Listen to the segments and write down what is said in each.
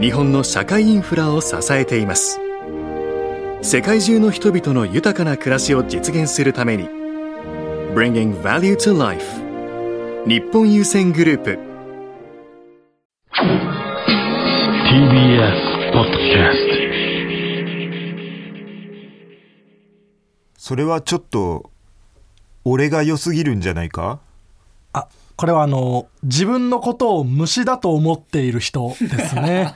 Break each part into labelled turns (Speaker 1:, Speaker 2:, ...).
Speaker 1: 日本の社会インフラを支えています世界中の人々の豊かな暮らしを実現するために Bringing Value to Life 日本郵船グループ
Speaker 2: TBS ポッドキャスト
Speaker 3: それはちょっと俺が良すぎるんじゃないか
Speaker 4: あこれはあの自分のことを虫だと思っている人ですね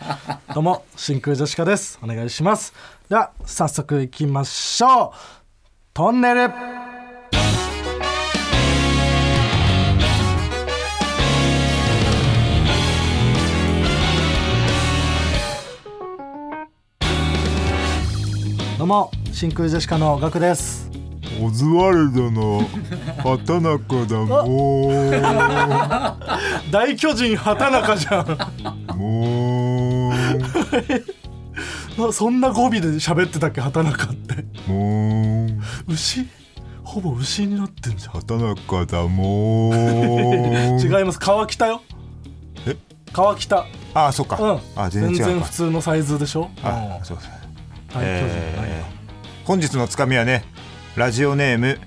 Speaker 4: どうも真空ジェシカですお願いしますでは早速いきましょうトンネルどうも真空ジェシカのガクです
Speaker 3: オズワルドの畑中だも
Speaker 4: 大巨人畑中じゃ
Speaker 3: う
Speaker 4: ん
Speaker 3: もう
Speaker 4: なそんな語尾で喋ってたっけ畑中って
Speaker 3: もう
Speaker 4: 牛ほぼ牛になってんじ
Speaker 3: 畑中だもう
Speaker 4: ゃん違います川北よ
Speaker 3: え
Speaker 4: 川北
Speaker 3: ああそっか、
Speaker 4: うん
Speaker 3: あ全然違うか
Speaker 4: 普通のサイズでしょ
Speaker 3: あ
Speaker 4: うん
Speaker 3: そうそう
Speaker 4: 大巨人じゃないよ
Speaker 3: えー本日のつかみはねラジオネーム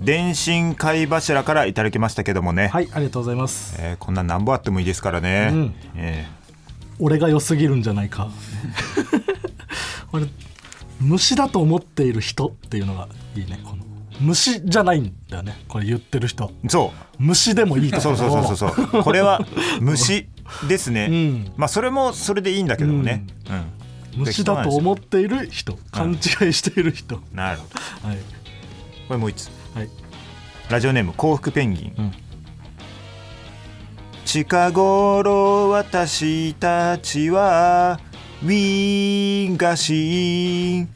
Speaker 3: 電信貝柱からいただきましたけどもね、
Speaker 4: はいありがとうございます
Speaker 3: えーこんなん何本あってもいいですからね、
Speaker 4: うん
Speaker 3: え
Speaker 4: 俺が良すぎるんじゃないか 俺虫だと思っている人っていうのがいいねこの虫じゃないんだよねこれ言ってる人
Speaker 3: ーそう
Speaker 4: 虫でもいいとこ
Speaker 3: そう
Speaker 4: ろ
Speaker 3: そうそうそうそうこれは虫ですね、
Speaker 4: ん
Speaker 3: まあそれもそれでいいんだけどもね、うん
Speaker 4: 虫だと思っている人勘違いしている人、
Speaker 3: なるほど
Speaker 4: はい
Speaker 3: これもう一つ
Speaker 4: はい
Speaker 3: ラジオネーム幸福ペンギン、
Speaker 4: うん
Speaker 3: 近頃私たちはウィンガシーン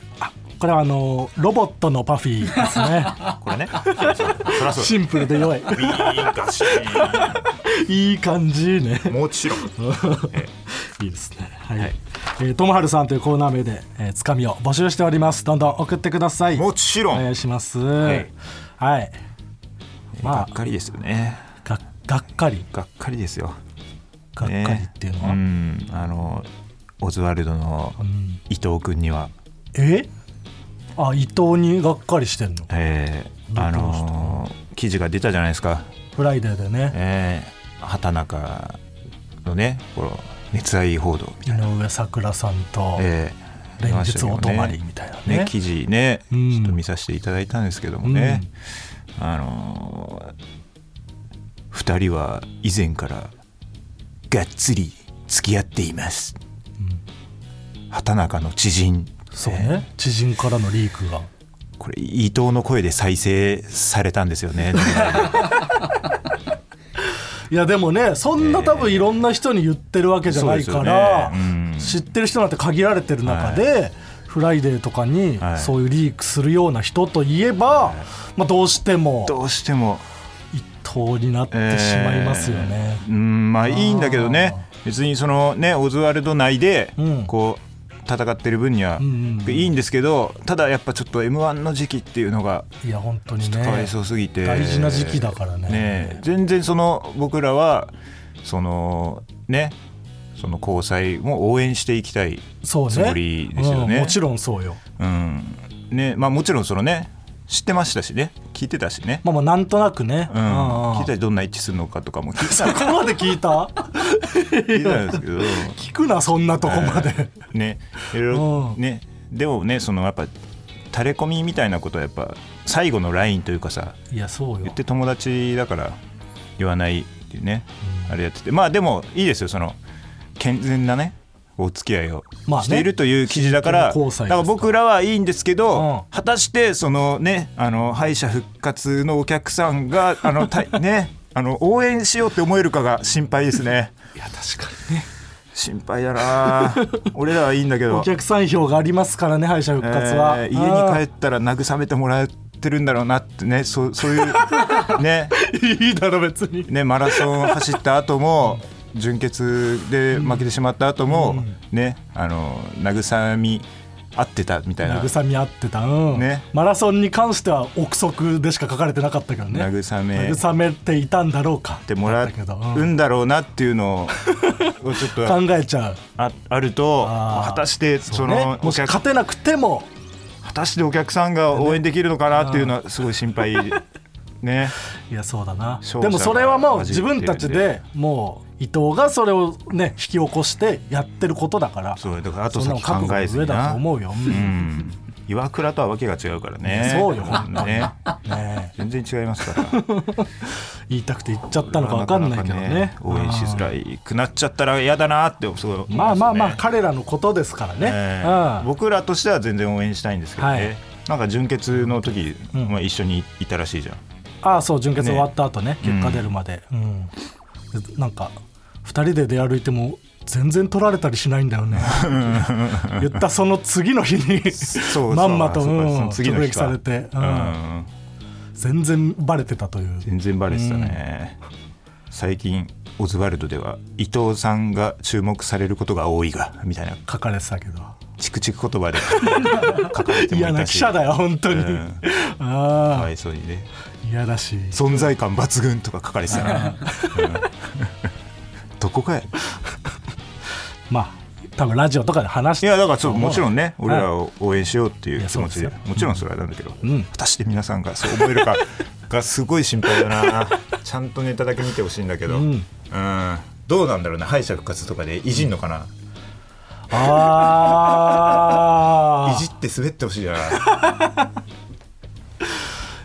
Speaker 4: これはあのロボットのパフィーです ね
Speaker 3: これねそりゃ そう
Speaker 4: シンプルで良い
Speaker 3: ウ ィンガシー
Speaker 4: いい感じね
Speaker 3: ン もちろん
Speaker 4: いいですねはい、えーともはるさんというコーナー名で、えーつかみを募集しておりますどんどん送ってください
Speaker 3: も
Speaker 4: お
Speaker 3: ちろん
Speaker 4: 願
Speaker 3: が
Speaker 4: いします
Speaker 3: い
Speaker 4: はい、ま
Speaker 3: っかりですよね
Speaker 4: あががっかり
Speaker 3: がっかりですよ
Speaker 4: がっかりっていうのは、
Speaker 3: ねうんあのオズワルドの
Speaker 4: ん
Speaker 3: 伊藤君には、
Speaker 4: えあ伊藤にがっかりしてんの
Speaker 3: えーあの記事が出たじゃないですか、
Speaker 4: フライデーでね
Speaker 3: えー、畑中のねこの熱愛報道みたい
Speaker 4: 井上咲楽さんと
Speaker 3: な、えー
Speaker 4: 連日お泊まりみたいなね
Speaker 3: ね記事ね、
Speaker 4: うん
Speaker 3: ちょっと見させていただいたんですけどもね、あのー、2人は以前からがっつり付き合っています、畑中の知人
Speaker 4: そうね知人からのリークが
Speaker 3: これ伊藤の声で再生されたんですよ ね
Speaker 4: いやでもねそんな多分いろんな人に言ってるわけじゃないか
Speaker 3: そ
Speaker 4: ら、
Speaker 3: うですよねうん
Speaker 4: 知ってる人なんて限られてる中で、フライデーとかに
Speaker 3: はい
Speaker 4: そういうリークするような人といえば、まあ、どうしても
Speaker 3: どうしても
Speaker 4: 一党にな ってしまいますよね。
Speaker 3: えーうんまあいいんだけどね別にそのねオズワルド内で
Speaker 4: うん
Speaker 3: こう戦ってる分には
Speaker 4: うんうんうん
Speaker 3: いいんですけどただやっぱちょっと m 1の時期っていうのが
Speaker 4: いや本当に
Speaker 3: かわい
Speaker 4: ね
Speaker 3: そうすぎて
Speaker 4: 大事な時期だからね
Speaker 3: ね全然その僕らはそのねその交際も応援していきたい、
Speaker 4: そう
Speaker 3: つ
Speaker 4: ね
Speaker 3: もりですよね
Speaker 4: うんもちろんそうよ、
Speaker 3: うんねまあ、もちろんそのね知ってましたしね聞いてたしね、
Speaker 4: まあ、まあなんとなくね、
Speaker 3: うん、
Speaker 4: うんうん
Speaker 3: 聞いたりどんな一致するのかとかも聞いてた
Speaker 4: そこまで聞いた
Speaker 3: 聞いたんですけど
Speaker 4: 聞くなそんなとこまで、
Speaker 3: ねいろいろ
Speaker 4: うん
Speaker 3: ねでもねそのやっぱ垂れ込みみたいなことはやっぱ最後のラインというかさ
Speaker 4: いやそう
Speaker 3: 言
Speaker 4: よ
Speaker 3: って友達だから言わないっていうね、あれやっててまあでもいいですよその健全なねお付き合いを
Speaker 4: まあね
Speaker 3: しているという記事だから,、
Speaker 4: 真剣な交際で
Speaker 3: だか
Speaker 4: すか
Speaker 3: らら僕らはいいんですけど、
Speaker 4: うん
Speaker 3: 果たしてそのねあの敗者復活のお客さんがあ のたねあの応援しようって思えるかが心配ですね。
Speaker 4: いや確かにね
Speaker 3: 心配だな俺らはいいんだけど
Speaker 4: お客さん票がありますからね敗者復活は、
Speaker 3: えー家に帰ったら慰めてもらってるんだろうなってねそうそう いうね
Speaker 4: 帰 いいだろ別に
Speaker 3: ねマラソン走った後も準決で負けてしまった後も、ねあの慰み合ってたみたいな
Speaker 4: 慰み合ってた、うん
Speaker 3: ね
Speaker 4: マラソンに関しては憶測でしか書かれてなかったけどね
Speaker 3: 慰め
Speaker 4: 慰めていたんだろうか
Speaker 3: ってもら
Speaker 4: だったけど
Speaker 3: うんだろうなっていうのををちょっ と
Speaker 4: 考えちゃう
Speaker 3: ああると
Speaker 4: あー
Speaker 3: 果たしてその
Speaker 4: ね、も
Speaker 3: お
Speaker 4: し
Speaker 3: 客
Speaker 4: 勝てなくても
Speaker 3: 果たしてお客さんが応援できるのかなっていうのはすごい心 配ね
Speaker 4: いやそうだな
Speaker 3: 勝者
Speaker 4: でもそれはもう自分たち
Speaker 3: が混じっ
Speaker 4: でもう伊藤がそれをね引き起こしてやってることだから
Speaker 3: そうだからあと
Speaker 4: そんなの
Speaker 3: 先
Speaker 4: 覚
Speaker 3: 考
Speaker 4: 悟
Speaker 3: え
Speaker 4: の
Speaker 3: ず
Speaker 4: 上
Speaker 3: に
Speaker 4: だ
Speaker 3: な
Speaker 4: と思うよ、うん
Speaker 3: うん岩倉とはわけが違うからね
Speaker 4: そうよ
Speaker 3: ね
Speaker 4: ね
Speaker 3: 全然違いますから
Speaker 4: 言いたくて言っちゃったのか分かんないけどね
Speaker 3: なかなか応援しづらいくなっちゃったら嫌だなってすごい思いすね
Speaker 4: まあまあまあ彼らのことですからね、
Speaker 3: え
Speaker 4: う
Speaker 3: ー
Speaker 4: ん
Speaker 3: 僕らとしては全然応援したいんですけどね、
Speaker 4: はい
Speaker 3: なんか準決の時、
Speaker 4: うん
Speaker 3: まあ、一緒にいたらしいじゃん
Speaker 4: ああそう準決
Speaker 3: ね
Speaker 4: 終わった後ね結果出るまで、うんでなんか2人で出歩いても全然取られたりしないんだよ ね言ったその次の日に
Speaker 3: そう
Speaker 4: まんまと、
Speaker 3: そううか
Speaker 4: ん
Speaker 3: その次の
Speaker 4: 直
Speaker 3: 日
Speaker 4: 撃
Speaker 3: か
Speaker 4: されて、
Speaker 3: う
Speaker 4: うんん全然バレてたという
Speaker 3: 全然バレてたね、最近オズワルドでは伊藤さんが注目されることが多いがみたいな
Speaker 4: 書かれてたけど
Speaker 3: チクチク言葉で書かれてもい
Speaker 4: 嫌な
Speaker 3: た
Speaker 4: 記
Speaker 3: し
Speaker 4: 者だよ本当に、
Speaker 3: うんか
Speaker 4: ああ
Speaker 3: わいそうにね
Speaker 4: 嫌だし
Speaker 3: 存在感抜群とか書かれてたな、うんどこかへ
Speaker 4: まあ多分ラジオとかで話
Speaker 3: い
Speaker 4: して
Speaker 3: やだからそうもちろんね
Speaker 4: はい
Speaker 3: 俺らを応援しようってい
Speaker 4: いうや
Speaker 3: 気持ちで
Speaker 4: そうですよ
Speaker 3: もちろんそれはなんだけど、
Speaker 4: うん
Speaker 3: 果たして皆さんがそう思えるかがすごい心配だ なちゃんとネタだけ見てほしいんだけど、
Speaker 4: う
Speaker 3: うんんどうなんだろうね敗者復活とかでいじんのかな、
Speaker 4: あ
Speaker 3: いじ
Speaker 4: あ
Speaker 3: って滑ってほしいじゃない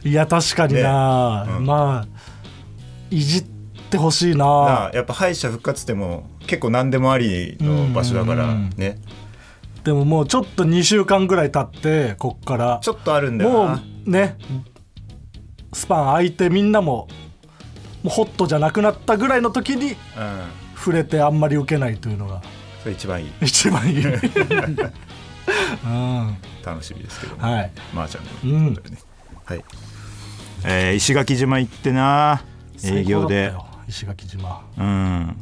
Speaker 4: や確かにな、
Speaker 3: ねうん
Speaker 4: まあいじってほしいな
Speaker 3: なあやっぱ敗者復活ってもう結構何でもありの場所だからね
Speaker 4: でももうちょっと2週間ぐらい経ってこっから
Speaker 3: ちょっとあるんだよ
Speaker 4: も
Speaker 3: な
Speaker 4: うねスパン空いてみんなももうホットじゃなくなったぐらいの時に
Speaker 3: うん
Speaker 4: 触れてあんまり受けないというのが
Speaker 3: それ一番いい
Speaker 4: 一番いい、うん
Speaker 3: 楽しみですけども、
Speaker 4: はい
Speaker 3: まーちゃん
Speaker 4: う
Speaker 3: の
Speaker 4: ん
Speaker 3: ことでね、はい、えー石垣島行ってな営業で
Speaker 4: 最高だったよ石垣島
Speaker 3: うん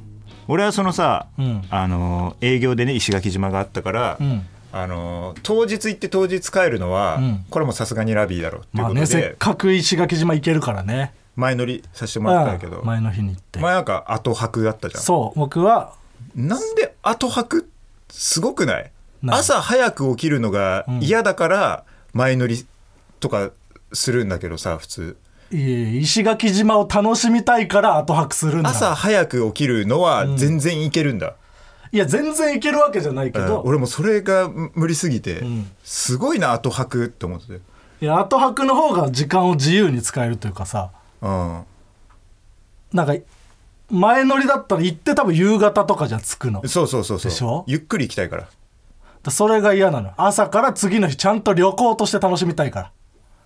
Speaker 3: 俺はそのさ、
Speaker 4: うん
Speaker 3: あのー営業でね石垣島があったから、
Speaker 4: うん
Speaker 3: あのー当日行って当日帰るのは、
Speaker 4: うん
Speaker 3: これもさすがにラビーだろうっていう
Speaker 4: まあ
Speaker 3: こ
Speaker 4: ね
Speaker 3: と
Speaker 4: せっ
Speaker 3: で、
Speaker 4: かく石垣島行けるからね
Speaker 3: 前乗りさせてもらったんだけど
Speaker 4: うん前の日に行って
Speaker 3: 前なんか後泊だったじゃん
Speaker 4: そう僕は
Speaker 3: なんで後泊すごくない
Speaker 4: ない
Speaker 3: 朝早く起きるのが嫌だから前乗りとかするんだけどさ普通
Speaker 4: いえ石垣島を楽しみたいから後泊するんだ
Speaker 3: 朝早く起きるのは全然いけるんだ、
Speaker 4: いや全然行けるわけじゃないけ
Speaker 3: うん
Speaker 4: ど、
Speaker 3: 俺もそれが無理すぎて、
Speaker 4: ん
Speaker 3: すごいな後泊って思ってて
Speaker 4: いや後泊の方が時間を自由に使えるというかさ
Speaker 3: うん
Speaker 4: なんか前乗りだったら行って多分夕方とかじゃ着くの
Speaker 3: そうそうそうそう
Speaker 4: でしょ
Speaker 3: ゆっくり行きたいから
Speaker 4: それが嫌なの朝から次の日ちゃんと旅行として楽しみたいか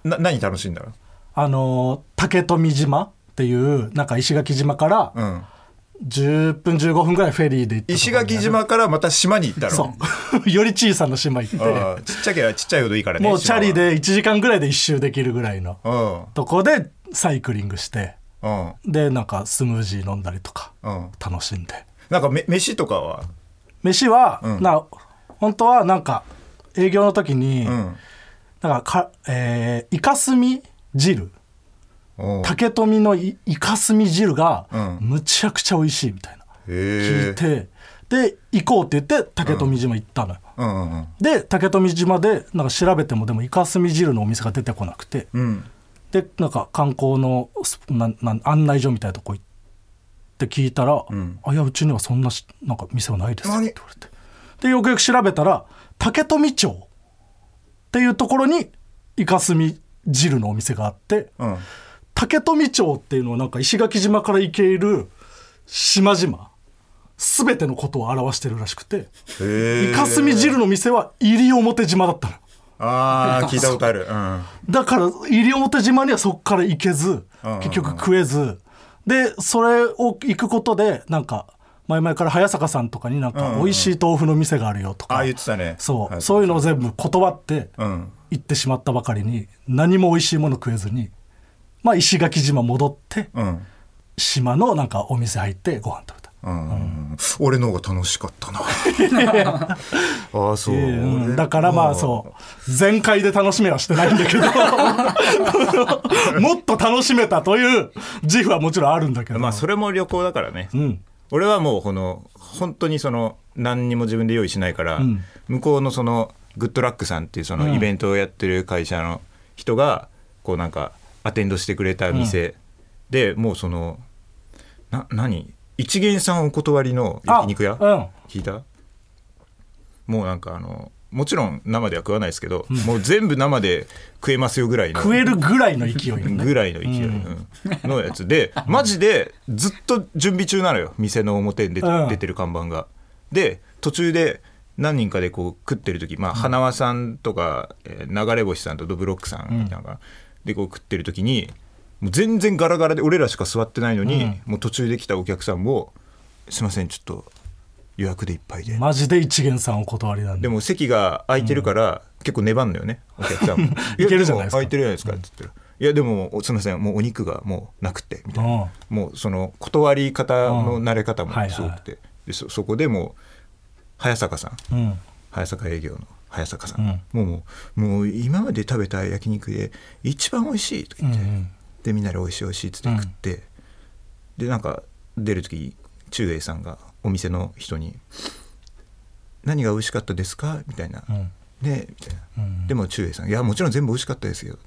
Speaker 4: ら
Speaker 3: な何楽しいんだろ
Speaker 4: あのー竹富島っていうなんか石垣島から
Speaker 3: う、うん、
Speaker 4: 10分15分ぐらいフェリーで行って
Speaker 3: 石垣島からまた島に行ったろ
Speaker 4: そう より小さな島行って
Speaker 3: ああちっちゃけりゃちっちゃいほどいいからね
Speaker 4: もうチャリ
Speaker 3: 島
Speaker 4: で1時間ぐらいで一周できるぐらいの
Speaker 3: は
Speaker 4: とこでサイクリングして
Speaker 3: うんうん
Speaker 4: でなんかスムージー飲んだりとか
Speaker 3: うん
Speaker 4: 楽しんで
Speaker 3: なんかめ飯とかは
Speaker 4: 飯は、
Speaker 3: うん
Speaker 4: な本当はなんか営業の時に、
Speaker 3: うん
Speaker 4: なんかか、えーイカスミ汁
Speaker 3: おう
Speaker 4: 竹富のイイカスミ汁が
Speaker 3: うん
Speaker 4: むちゃくちゃ美味しいみたいな、聞
Speaker 3: へえ
Speaker 4: いてで行こうって言って竹富島行ったのよ、
Speaker 3: うんうんうん
Speaker 4: で竹富島でなんか調べてもでもイカスミ汁のお店が出てこなくて
Speaker 3: うん
Speaker 4: でなんか観光のスなんなん案内所みたいなとこ行って聞いたら「
Speaker 3: ん
Speaker 4: あいやうちにはそんなしなんか店はないです」って
Speaker 3: 何
Speaker 4: 言われてでよくよく調べたら竹富町っていうところにイカスミ汁のお店があって
Speaker 3: うん
Speaker 4: 竹富町っていうのはなんか石垣島から行ける島々全てのことを表してるらしくて
Speaker 3: へえ
Speaker 4: イカスミ汁の店は西表島だったの。
Speaker 3: ああ聞いたことあるうん
Speaker 4: だから西表島にはそこから行けず
Speaker 3: うんうん
Speaker 4: 結局食えずでそれを行くことでなんか前々から早坂さんとかになん
Speaker 3: うん
Speaker 4: か
Speaker 3: うん
Speaker 4: 美味しい豆腐の店があるよと
Speaker 3: あ
Speaker 4: か、
Speaker 3: あ言ってたね
Speaker 4: そう
Speaker 3: あ
Speaker 4: そういうのを全部断って
Speaker 3: うん
Speaker 4: 行ってしまったばかりに何も美味しいもの食えずに、まあ、石垣島戻って
Speaker 3: うん
Speaker 4: 島のなんかお店入ってご飯食べた。
Speaker 3: うん俺の方が楽しか ったなああそう、
Speaker 4: うんだからまあそう全開で楽しめはしてない んだけどもっと楽しめたという自負はもちろんあるんだけど、
Speaker 3: まあそれも旅行だからね、
Speaker 4: うん、
Speaker 3: 俺はもうこの本当にその何にも自分で用意しないから、
Speaker 4: ん
Speaker 3: 向こうのそのグッドラックさんっていうそのイベントをやってる会社の人がこうなんかアテンドしてくれた店で、もうそのな何一元さんお断りの焼肉屋、
Speaker 4: あ
Speaker 3: 聞いたもうなんかあのもちろん生では食わないですけど、もう全部生で食えますよぐらい
Speaker 4: うん、
Speaker 3: の
Speaker 4: 食えるぐらいの勢いよね
Speaker 3: ぐらいの勢い、うんのやつでマジでずっと準備中なのよ店の表に出て,、
Speaker 4: うん
Speaker 3: 出てる看板が。で途中で何人かでこう食ってる時、まあ、花輪さんとか、えー流れ星さんとドブロックさんみたいなのが、でこう食ってる時にもう全然ガラガラで俺らしか座ってないのに、もう途中で来たお客さんも「すいませんちょっと予約でいっぱいで」
Speaker 4: マジで一元さんお断りなん
Speaker 3: で
Speaker 4: で
Speaker 3: も席が空いてるから、結構粘んのよ ねお客さんも
Speaker 4: いけるじゃないですか
Speaker 3: やも空いてるじゃないですかって言ったら、いやでもおすみませんもうお肉がもうなくてみたいな、もうその断り方の慣れ方もすごくて、でそそこでもう早坂さん
Speaker 4: うん、うん
Speaker 3: 早坂営業の早坂さん、もうもうもう今まで食べた焼肉で一番美味しいとか言って、
Speaker 4: うんうん
Speaker 3: でみんなで美味しい美味しいっつって食って、でなんか出る時中英さんがお店の人に「何が美味しかったですか?」みたいな「
Speaker 4: ん
Speaker 3: ねえ」みたいな、
Speaker 4: うん
Speaker 3: でも中英さん「いやもちろん全部美味しかったですよ」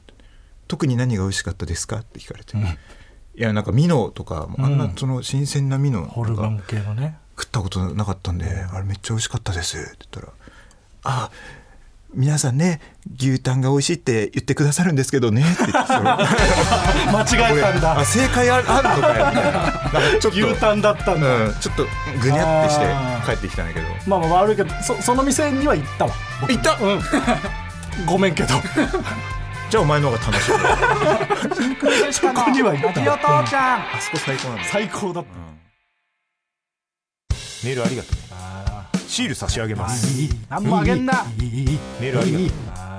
Speaker 3: 特に何が美味しかったですか?」って聞かれて「いやなんかミノとかあんなその新鮮なミノ
Speaker 4: ホ
Speaker 3: と
Speaker 4: ル
Speaker 3: か
Speaker 4: ガン系のね
Speaker 3: 食ったことなかったんで、あれめっちゃ美味しかったですって言ったら「あ皆さんね牛タンが美味しいって言ってくださるんですけどね」って言ってその
Speaker 4: 間違えたん
Speaker 3: あ
Speaker 4: だ
Speaker 3: 正解あるあるのかよみたいななんかちょっと
Speaker 4: 牛タンだったんだ、
Speaker 3: うん、ちょっとぐにゃってして
Speaker 4: あー
Speaker 3: 帰ってきたんだけど
Speaker 4: まあまあ悪いけどそその店には行ったわ僕
Speaker 3: 行った
Speaker 4: うん ごめんけど
Speaker 3: じ ゃあお前の方が楽しい
Speaker 4: そこには行ったわ、うん
Speaker 3: あそこ最高なんだ
Speaker 4: 最高だった
Speaker 3: メールありがとうねシール差し上げます
Speaker 4: 何もあげんな
Speaker 3: メールありがとう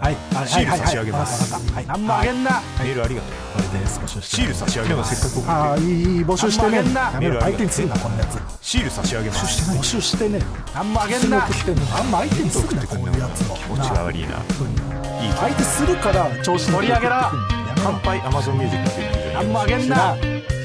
Speaker 4: はいはい
Speaker 3: シール差し上げます
Speaker 4: はいはい何もあげんな
Speaker 3: メールありがとうね
Speaker 4: これで少し
Speaker 3: シール差し上げますせっかく送って
Speaker 4: ああいい募集してね
Speaker 2: あんまあ
Speaker 4: やめろ
Speaker 3: メールありがとう
Speaker 4: 相手にすんなこんなやつ
Speaker 3: シール差し上げます
Speaker 4: 募集してねあんまあげんな送ってんのあんま相手にすんなこういうやつを
Speaker 3: 気持ちが悪いな
Speaker 4: 相手するから調子乗り上げろ
Speaker 3: 乾杯アマゾンミュージックっていうのが非常に
Speaker 4: あんまあげんな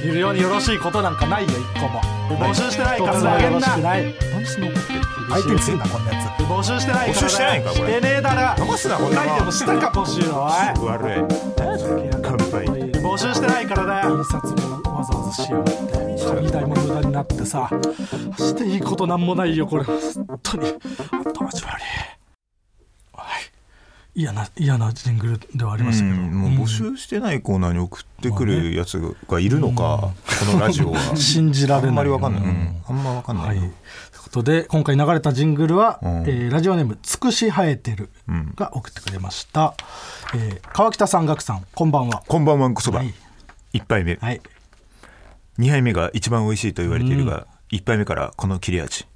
Speaker 4: るようによろしいことなんかないよ一個も募集してないからあげんな相手にすんなこんなやつ募集してないから
Speaker 3: 募集してないかこれ
Speaker 4: してねえだな
Speaker 3: 飲ますなこんなの
Speaker 4: ないでもしたか募集おい
Speaker 3: 悪い乾杯
Speaker 4: 募集してないからだよ印刷もわざわざしやがって紙代も無駄になってさしていいことなんもないよこれ本当に後味悪いおい嫌な嫌なジングルではありましたけど、
Speaker 3: もう募集してないコーナーに送ってくるやつがいるのか、このラジオ は
Speaker 4: 信じられない
Speaker 3: あんまりわかんない、
Speaker 4: う
Speaker 3: うんあんまわかんな
Speaker 4: はいい、
Speaker 3: な、
Speaker 4: ということで今回流れたジングルは、
Speaker 3: うん
Speaker 4: えーラジオネーム「つくし生えてる」が送ってくれました、えー川北さん岳さんこんばんは
Speaker 3: こんばんはんこそば、
Speaker 4: は
Speaker 3: 一
Speaker 4: い
Speaker 3: 杯目、
Speaker 4: はい
Speaker 3: 二杯目が一番美味しいと言われているが、一杯目からこの切れ味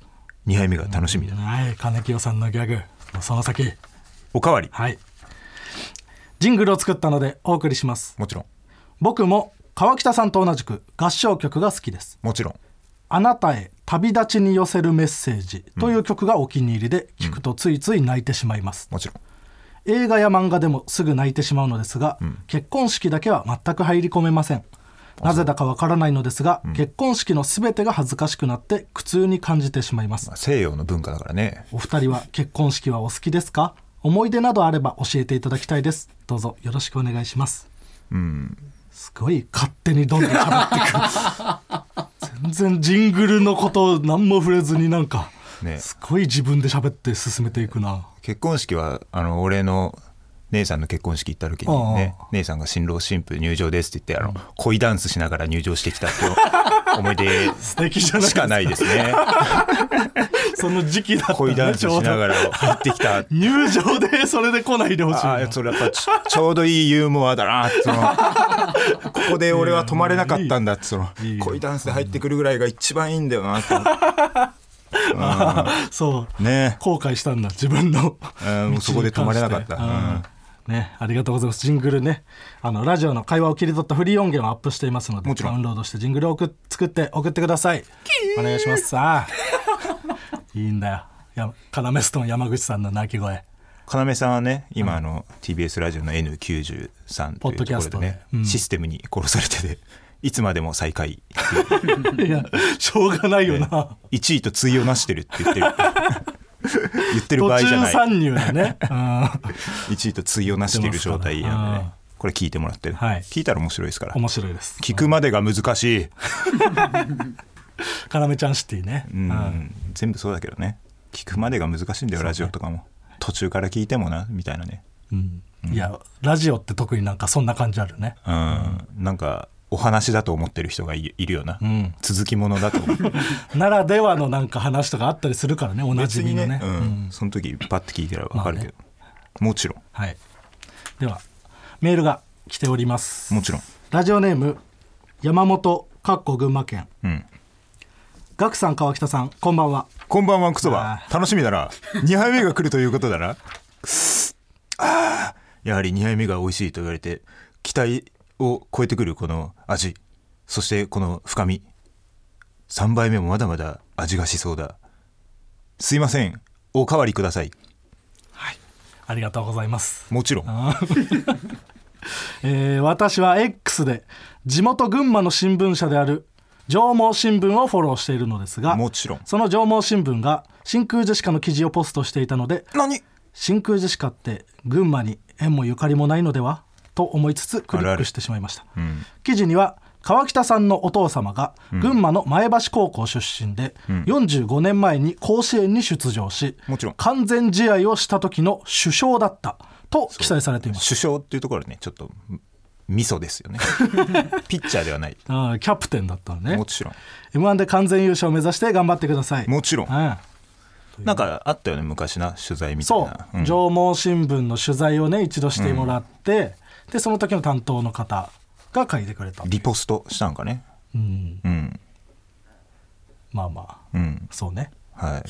Speaker 3: 二杯目が楽しみだ、
Speaker 4: はい金清さんのギャグその先
Speaker 3: おかわり
Speaker 4: はい。ジングルを作ったのでお送りします。
Speaker 3: もちろん
Speaker 4: 僕も川北さんと同じく合唱曲が好きです。
Speaker 3: もちろん
Speaker 4: あなたへ旅立ちに寄せるメッセージという曲がお気に入りで聞くとついつい泣いてしまいます。
Speaker 3: もちろん
Speaker 4: 映画や漫画でもすぐ泣いてしまうのですが、結婚式だけは全く入り込めません。なぜだかわからないのですが、結婚式のすべてが恥ずかしくなって苦痛に感じてしまいます
Speaker 3: まあ。西洋の文化だからね
Speaker 4: お二人は結婚式はお好きですか思い出などあれば教えていただきたいですどうぞよろしくお願いしますすごい勝手にどんどん 喋ってくる全然ジングルのこと何も触れずになんか、
Speaker 3: ね
Speaker 4: すごい自分で喋って進めていくな
Speaker 3: 結婚式はあの俺の姉さんの結婚式行った時にね
Speaker 4: あ
Speaker 3: 姉さんが新郎新婦入場ですって言ってあの恋ダンスしながら入場してきたって思い出
Speaker 4: 素敵じゃないです
Speaker 3: し
Speaker 4: か
Speaker 3: かないですね。
Speaker 4: その時期だった、ね、
Speaker 3: 恋ダンスしながら入ってきた。
Speaker 4: 入場でそれで来ないでほしい
Speaker 3: あ
Speaker 4: な
Speaker 3: あ、それやっぱち ちょうどいいユーモアだな。そ のここで俺は止まれなかったんだ。その
Speaker 4: いいよ
Speaker 3: 恋ダンスで入ってくるぐらいが一番いいんだよなって。
Speaker 4: そう
Speaker 3: ね
Speaker 4: 後悔したんだ自分の
Speaker 3: うんもうそこで止まれな かった
Speaker 4: 道に関してうんね、ありがとうございますジングルねあのラジオの会話を切り取ったフリー音源をアップしていますので
Speaker 3: もちろん
Speaker 4: ダウンロードしてジングルを送っ作って送ってくださいお願いしますさあ いいんだよやカナメストン山口さんの鳴き声
Speaker 3: 要さんはね今あの TBS ラジオの N93 と
Speaker 4: ポッ
Speaker 3: いう
Speaker 4: ド
Speaker 3: と
Speaker 4: キャ
Speaker 3: こ
Speaker 4: ス
Speaker 3: ろ
Speaker 4: ト
Speaker 3: で
Speaker 4: ね
Speaker 3: ねシステムに殺されてていつまでも最下位
Speaker 4: いやしょうがないよな、
Speaker 3: 1位と対をなしてるって言ってる 言ってる場合じ
Speaker 4: 途
Speaker 3: ゃ
Speaker 4: 中
Speaker 3: ない
Speaker 4: 参入 だね、うん、
Speaker 3: 1位と対をなしてる状態なんで
Speaker 4: うん
Speaker 3: ねこれ聞いてもらって、
Speaker 4: はい
Speaker 3: 聞いたら面白いですから
Speaker 4: 面白いです
Speaker 3: 聞くまでが難しい、
Speaker 4: カナメちゃんシティね、う
Speaker 3: うん
Speaker 4: ん、
Speaker 3: 全部そうだけどね聞くまでが難しいんだよ、ラジオとかも途中から聞いてもなみたいなね
Speaker 4: いやラジオって特になんかそんな感じあるね
Speaker 3: うん、なんかお話だと思ってる人がいいるよな、
Speaker 4: ん
Speaker 3: 続きものだと 思う
Speaker 4: ならではのなんか話とかあったりするからねおなじみのね
Speaker 3: うんその時パッて聞いてたら分かるけど、もちろん
Speaker 4: はいではメールが来ております
Speaker 3: もちろん
Speaker 4: ラジオネーム山本かっこ群馬県
Speaker 3: うん
Speaker 4: ガクさん川北さんこんばんは
Speaker 3: こんばんはクソ
Speaker 4: あ
Speaker 3: バ楽しみだな2杯目が来るということだなくすあーやはり2杯目が美味しいと言われて期待を超えてくるこの味そしてこの深み3杯目もまだまだ味がしそうだすいませんおかわりください
Speaker 4: ありがとうございます、
Speaker 3: もちろん
Speaker 4: えー私は X で地元群馬の新聞社である上毛新聞をフォローしているのですが
Speaker 3: もちろん
Speaker 4: その上毛新聞が真空ジェシカの記事をポストしていたので
Speaker 3: 何
Speaker 4: 真空ジェシカって群馬に縁もゆかりもないのではと思いつつクリックしてしまいました記事には川北さんのお父様が群馬の前橋高校出身で、45年前に甲子園に出場し
Speaker 3: もちろん
Speaker 4: 完全試合をした時の首相だったと記載されています
Speaker 3: 首相っていうところはねちょっと味噌です よねピッチャーではない
Speaker 4: あーキャプテンだったのね
Speaker 3: もちろん
Speaker 4: m 1で完全優勝を目指して頑張ってください
Speaker 3: もちろん
Speaker 4: うん
Speaker 3: なんかあったよね昔な取材みたい
Speaker 4: そ
Speaker 3: な
Speaker 4: う、
Speaker 3: ん
Speaker 4: 上毛新聞の取材をね一度してもらって、でその時の担当の方が書いてくれた
Speaker 3: リポストしたんかね
Speaker 4: うん
Speaker 3: うん
Speaker 4: まあまあ
Speaker 3: うん
Speaker 4: そうね
Speaker 3: は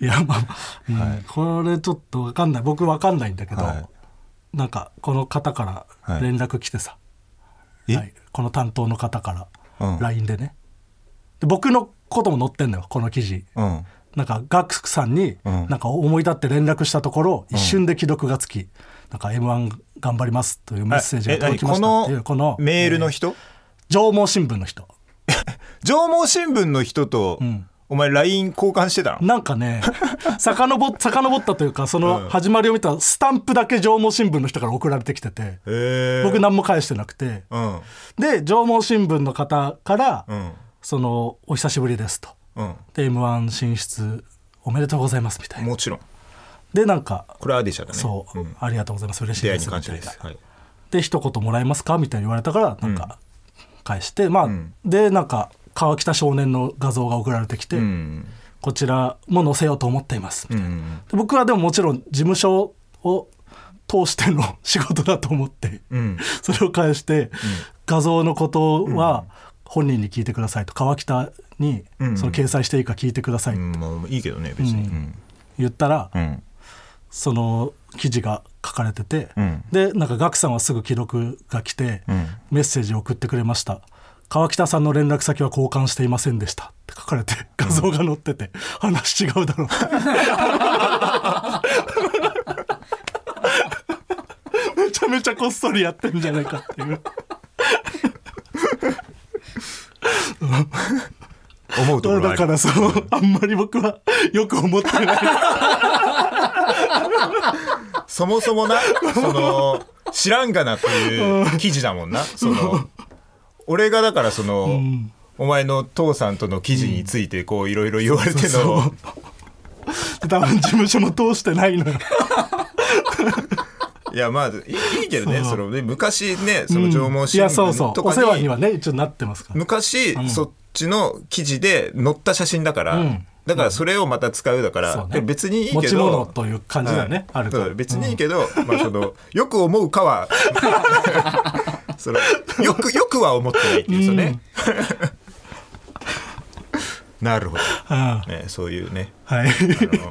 Speaker 3: い
Speaker 4: いやまあまあ、うんこれちょっと分かんない僕分かんないんだけど、
Speaker 3: は
Speaker 4: なんかこの方か
Speaker 3: は
Speaker 4: ら
Speaker 3: い
Speaker 4: 連絡来てさ、
Speaker 3: え
Speaker 4: はいこの担当の方か
Speaker 3: う
Speaker 4: ら
Speaker 3: ん
Speaker 4: LINE でね、で僕のことも載ってんのよこの記事
Speaker 3: うん
Speaker 4: なんかガクさんに
Speaker 3: うん
Speaker 4: なんか思い立って連絡したところ、一瞬で既読がつき「なんか m 1頑張ります」というメッセージが
Speaker 3: え何
Speaker 4: 届きましたっていう
Speaker 3: こ
Speaker 4: こ
Speaker 3: の
Speaker 4: の
Speaker 3: メールの人、
Speaker 4: 上毛新聞の人
Speaker 3: 上毛新聞の人と、お前 LINE 交換してたの
Speaker 4: なん かね遡っ遡ったというかその始まりを見たスタンプだけ上毛新聞の人から送られてきてて
Speaker 3: へえ
Speaker 4: 僕何も返してなくて
Speaker 3: うん
Speaker 4: で上毛新聞の方から
Speaker 3: うん
Speaker 4: 「そのお久しぶりです」と
Speaker 3: うん
Speaker 4: 「で m 1進出おめでとうございます」みたいな
Speaker 3: もちろん
Speaker 4: でなんか
Speaker 3: これはアディシャだね
Speaker 4: そう、
Speaker 3: ん
Speaker 4: ありがとうございます嬉しい
Speaker 3: 出会
Speaker 4: で
Speaker 3: いに
Speaker 4: す
Speaker 3: 感
Speaker 4: み
Speaker 3: 謝
Speaker 4: たい
Speaker 3: で
Speaker 4: な
Speaker 3: す、はい、
Speaker 4: で一言もらえますかみたいに言われたからなんか返して、まあ、
Speaker 3: ん
Speaker 4: でなんか川北少年の画像が送られてきて、
Speaker 3: うん
Speaker 4: こちらも載せようと思っていますみ
Speaker 3: う
Speaker 4: たいな、
Speaker 3: ん
Speaker 4: で僕はでももちろん事務所を通しての仕事だと思って、
Speaker 3: うん
Speaker 4: それを返して、画像のことは本人に聞いてくださいと川北に
Speaker 3: うん
Speaker 4: その掲載していいか聞いてください
Speaker 3: うん
Speaker 4: と
Speaker 3: まあいいけどね別にうん
Speaker 4: 言ったら、
Speaker 3: うん
Speaker 4: その記事が書かれてて、
Speaker 3: うん
Speaker 4: でなんかガクさんはすぐ記録が来て、
Speaker 3: うん
Speaker 4: メッセージを送ってくれました川北さんの連絡先は交換していませんでしたって書かれて画像が載ってて、話違うだろう めちゃめちゃこっそりやってんじゃないかっていう
Speaker 3: 思うところはあ
Speaker 4: だ
Speaker 3: る
Speaker 4: からそうあんまり僕はよく思ってない
Speaker 3: そもそも なその知らんがなっていう記事だもんなその俺がだからその、お前の父さんとの記事についてこういろいろ言われて
Speaker 4: そう
Speaker 3: の、
Speaker 4: そう 多分事務所も通してないのよ
Speaker 3: い
Speaker 2: いやまあいいいいけどね
Speaker 4: そう
Speaker 2: そのね昔ねその縄文
Speaker 4: い
Speaker 2: 新
Speaker 4: やそうそ
Speaker 2: 聞
Speaker 4: う
Speaker 2: と
Speaker 4: お世
Speaker 2: か
Speaker 4: 話
Speaker 2: に
Speaker 4: にはね一応なってますから
Speaker 2: 昔、そっちの記事で載った写真だから、
Speaker 4: うん
Speaker 2: だからそれをまた使うだから、
Speaker 4: そうね
Speaker 2: で別にいいけど
Speaker 4: 持ち物という感じだよね、
Speaker 2: はい
Speaker 4: あるから
Speaker 2: そう別にいいけど、まあその よく思うかは そのよくよくは思ってないっていうそうね、 なるほど、
Speaker 4: うんは
Speaker 2: ね、そういうね
Speaker 4: い
Speaker 2: あの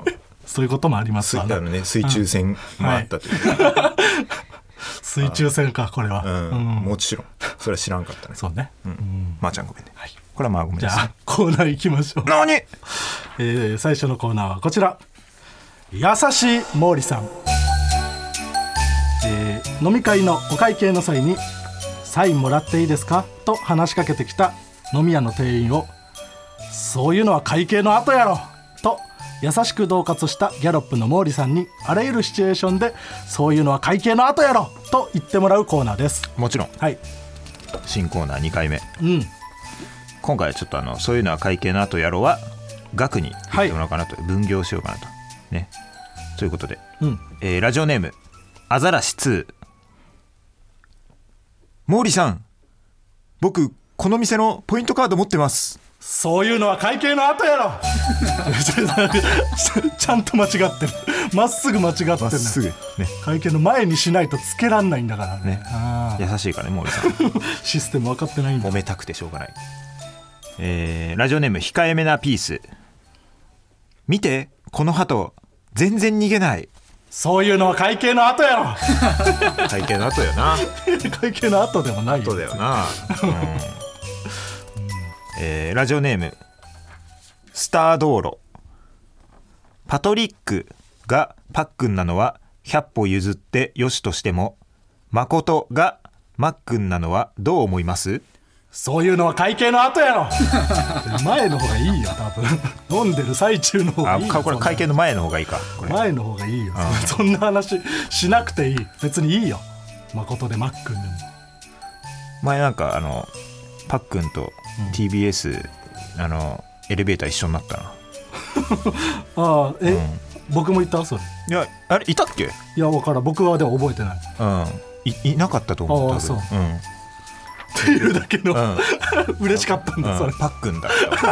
Speaker 4: そういうこともあります
Speaker 2: 水
Speaker 4: わ
Speaker 2: あ
Speaker 4: ね
Speaker 2: のね水中戦もあったという、
Speaker 4: 水中戦かこれは、
Speaker 2: うん
Speaker 4: うん
Speaker 2: もちろんそれは知らんかったね
Speaker 4: そうね、
Speaker 3: まー、ちゃんごめんね、これはまあごめん
Speaker 4: じ
Speaker 3: な
Speaker 4: ゃ
Speaker 3: さい
Speaker 4: あコーナー行きましょう
Speaker 3: 何
Speaker 4: えー最初のコーナーはこちら優しい毛利さん、えー飲み会のお会計の際に「サインもらっていいですか?」と話しかけてきた飲み屋の店員を「そういうのは会計の後やろ!」と優しく恫喝したギャロップの毛利さんにあらゆるシチュエーションで「そういうのは会計の後やろ!」と言ってもらうコーナーです
Speaker 3: もちろん
Speaker 4: はい
Speaker 3: 新コーナー2回目
Speaker 4: うん
Speaker 3: 今回はちょっとあのそういうのは会計の後やろうは額に言ってもらおうかなと、分業しようかなとねということで、
Speaker 4: うん
Speaker 3: えーラジオネームアザラシ2毛利さん僕この店のポイントカード持ってます
Speaker 4: そういうのは会計の後やろ ちょちょちゃんと間違ってるまっすぐ間違ってる
Speaker 3: まっすぐね
Speaker 4: 会計の前にしないとつけらんないんだからね
Speaker 3: ね
Speaker 4: あ
Speaker 3: 優しいからね毛利さん
Speaker 4: ーシステム分かってないんだ
Speaker 3: 揉めたくてしょうがない、えーラジオネーム控えめなピース見てこの鳩全然逃げない
Speaker 4: そういうのは会計の後や ろ
Speaker 2: 会見の後やな
Speaker 4: 会計の後でもないよ
Speaker 2: 後だよな
Speaker 3: えーラジオネームスター道路パトリックがパックンなのは100歩譲ってよしとしても誠がマックンなのはどう思います
Speaker 4: そういうのは会計の後やろ 前の方がいいよ多分飲んでる最中の方が
Speaker 3: あ
Speaker 4: いいよ
Speaker 3: かこれ
Speaker 4: そんな
Speaker 3: 会見の前の方がいいかこれ
Speaker 4: 前の方がいいよ そんな話しなくていい別にいいよ誠でマックンでも
Speaker 3: 前なんかあのパックンと TBS、あのエレベーター一緒になったな
Speaker 4: ああえ、僕も言ったそれ
Speaker 3: いやあれいたっけ
Speaker 4: いやわからん僕はでも覚えてないっ
Speaker 3: うんいいなかったと思う
Speaker 4: ああ
Speaker 3: 多分
Speaker 4: そうんていうだけの、 嬉しかったん
Speaker 3: う
Speaker 4: だ、
Speaker 3: ん
Speaker 4: それ
Speaker 3: パックンだった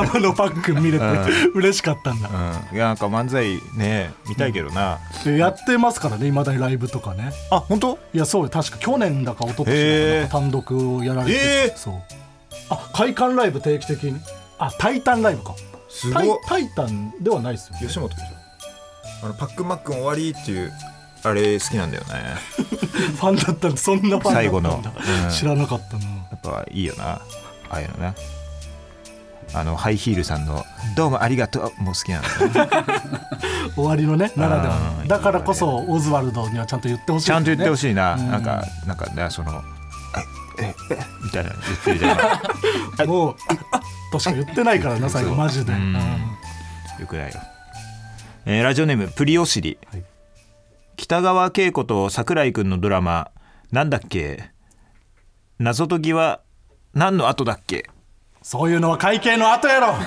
Speaker 3: わ
Speaker 4: 生のパックン見れて、嬉しかったんだ、
Speaker 3: うん、いやなんか漫才ね見たいけどな、
Speaker 4: でやってますからね今だにライブとかね
Speaker 3: あ本当
Speaker 4: いやそうよ確か去年だか一昨年
Speaker 3: へ
Speaker 4: だ
Speaker 3: ー
Speaker 4: か単独をやられて、
Speaker 3: えー
Speaker 4: そうあ快感ライブ定期的にあタイタンライブか
Speaker 2: す
Speaker 4: タイ
Speaker 2: ごっ
Speaker 4: タイタンではないですよね
Speaker 2: 吉本でしょあのパックンマックン終わりっていうあれ好きなんだよね
Speaker 4: ファンだったんだそんなファンだったんだ
Speaker 3: 最後のうん
Speaker 4: 知らなかったな
Speaker 3: やっぱいいよなああいうのなあのハイヒールさんの「どうもありがとう」も好きなんだ よね
Speaker 4: 終わりのねならでは
Speaker 3: う
Speaker 4: の
Speaker 3: ん
Speaker 4: だからこそオズワルドにはちゃんと言ってほしい
Speaker 3: ちゃんと言ってほ
Speaker 4: い
Speaker 3: しいな、なんかなんかねその「えええみたいなの言ってるじゃない
Speaker 4: もうあっとしか言ってないからな最後
Speaker 3: そう
Speaker 4: マジで、
Speaker 3: うんよくないよ、えーラジオネームプリオシリ、
Speaker 4: はい
Speaker 3: 北川景子と桜井くんのドラマなんだっけ謎解きは何の後だっけ
Speaker 4: そういうのは会計の後やろ うん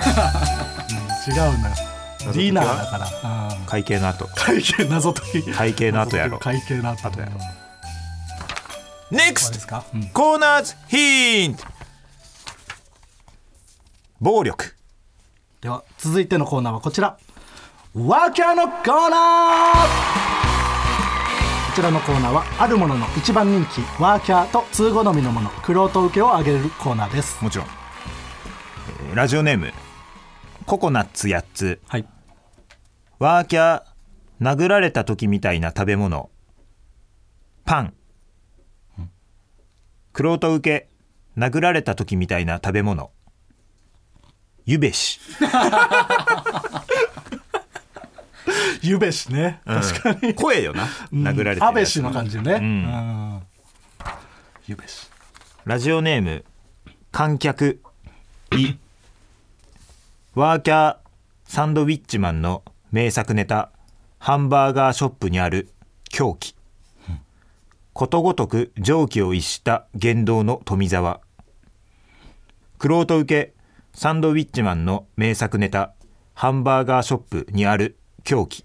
Speaker 4: 違う
Speaker 2: 謎
Speaker 4: な
Speaker 2: 解きは
Speaker 4: ディナーだから、うん
Speaker 3: 会計の後
Speaker 4: 会計謎解き
Speaker 3: 会計の後やろ
Speaker 4: 会計の後
Speaker 3: 後やろ
Speaker 4: うんそう
Speaker 3: NEXT
Speaker 4: ですか、うん
Speaker 3: コーナーズヒント暴力
Speaker 4: では続いてのコーナーはこちらワーキャーのコーナーこちらのコーナーはあるものの一番人気ワーキャーと通好みのものクロート受けを上げるコーナーです
Speaker 3: もちろん、えーラジオネームココナッツ8つ
Speaker 4: はい
Speaker 3: ワーキャー殴られた時みたいな食べ物パンクロート受け殴られた時みたいな食べ物ゆべし
Speaker 4: ゆべしね確かに、
Speaker 3: 声よな殴られてるやつ
Speaker 4: 安倍氏の感じ
Speaker 3: ん
Speaker 4: ね、うんゆべし
Speaker 3: ラジオネーム観客いワーキャーサンドウィッチマンの名作ネタハンバーガーショップにある狂気ことごとく常軌を逸した言動の富澤クロート受けサンドウィッチマンの名作ネタハンバーガーショップにある狂気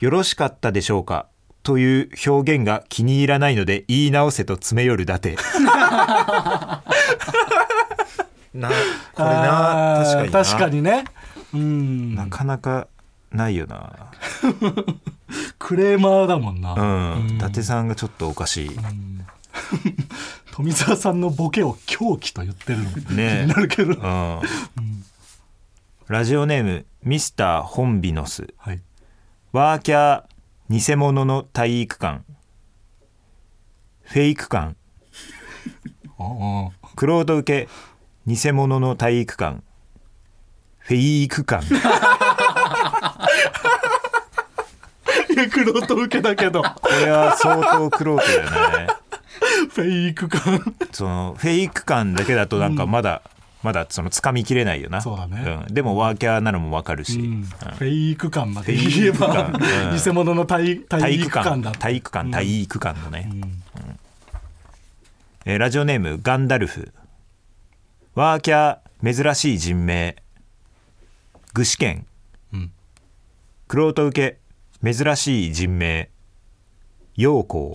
Speaker 3: よろしかったでしょうかという表現が気に入らないので言い直せと詰め寄る伊達
Speaker 2: なこれな
Speaker 4: あ
Speaker 2: 確かに
Speaker 4: ー
Speaker 2: な
Speaker 4: 確かにねうん
Speaker 3: なかなかないよな
Speaker 4: クレーマーだもんな、
Speaker 3: うん、伊達さんがちょっとおかしい、
Speaker 4: 富澤さんのボケを狂気と言ってる
Speaker 3: ね
Speaker 4: の、
Speaker 3: え
Speaker 4: 気になるけど、
Speaker 3: うんラジオネームミスターホンビノス
Speaker 4: はい、
Speaker 3: ワーキャー偽物の体育館フェイク館
Speaker 4: ああ
Speaker 3: クロード受け偽物の体育館フェイク 館
Speaker 4: いやクロート受けだけど
Speaker 3: これは相当クロートだよね
Speaker 4: フェイク感
Speaker 3: そのフェイク感だけだとなんかまだ、まだその掴みきれないよな
Speaker 4: そうだね
Speaker 3: んでもワーキャーなのもわかるし、うん
Speaker 4: フェイク感まで言えば、
Speaker 3: フェイク感うん
Speaker 4: 偽物の体体
Speaker 3: 体
Speaker 4: 育
Speaker 3: 育
Speaker 4: 感
Speaker 3: 館
Speaker 4: だ
Speaker 3: 体育館体育館のね、うんえーラジオネームガンダルフワーキャー珍しい人名具志堅
Speaker 4: うん
Speaker 3: クロート受け珍しい人名 陽光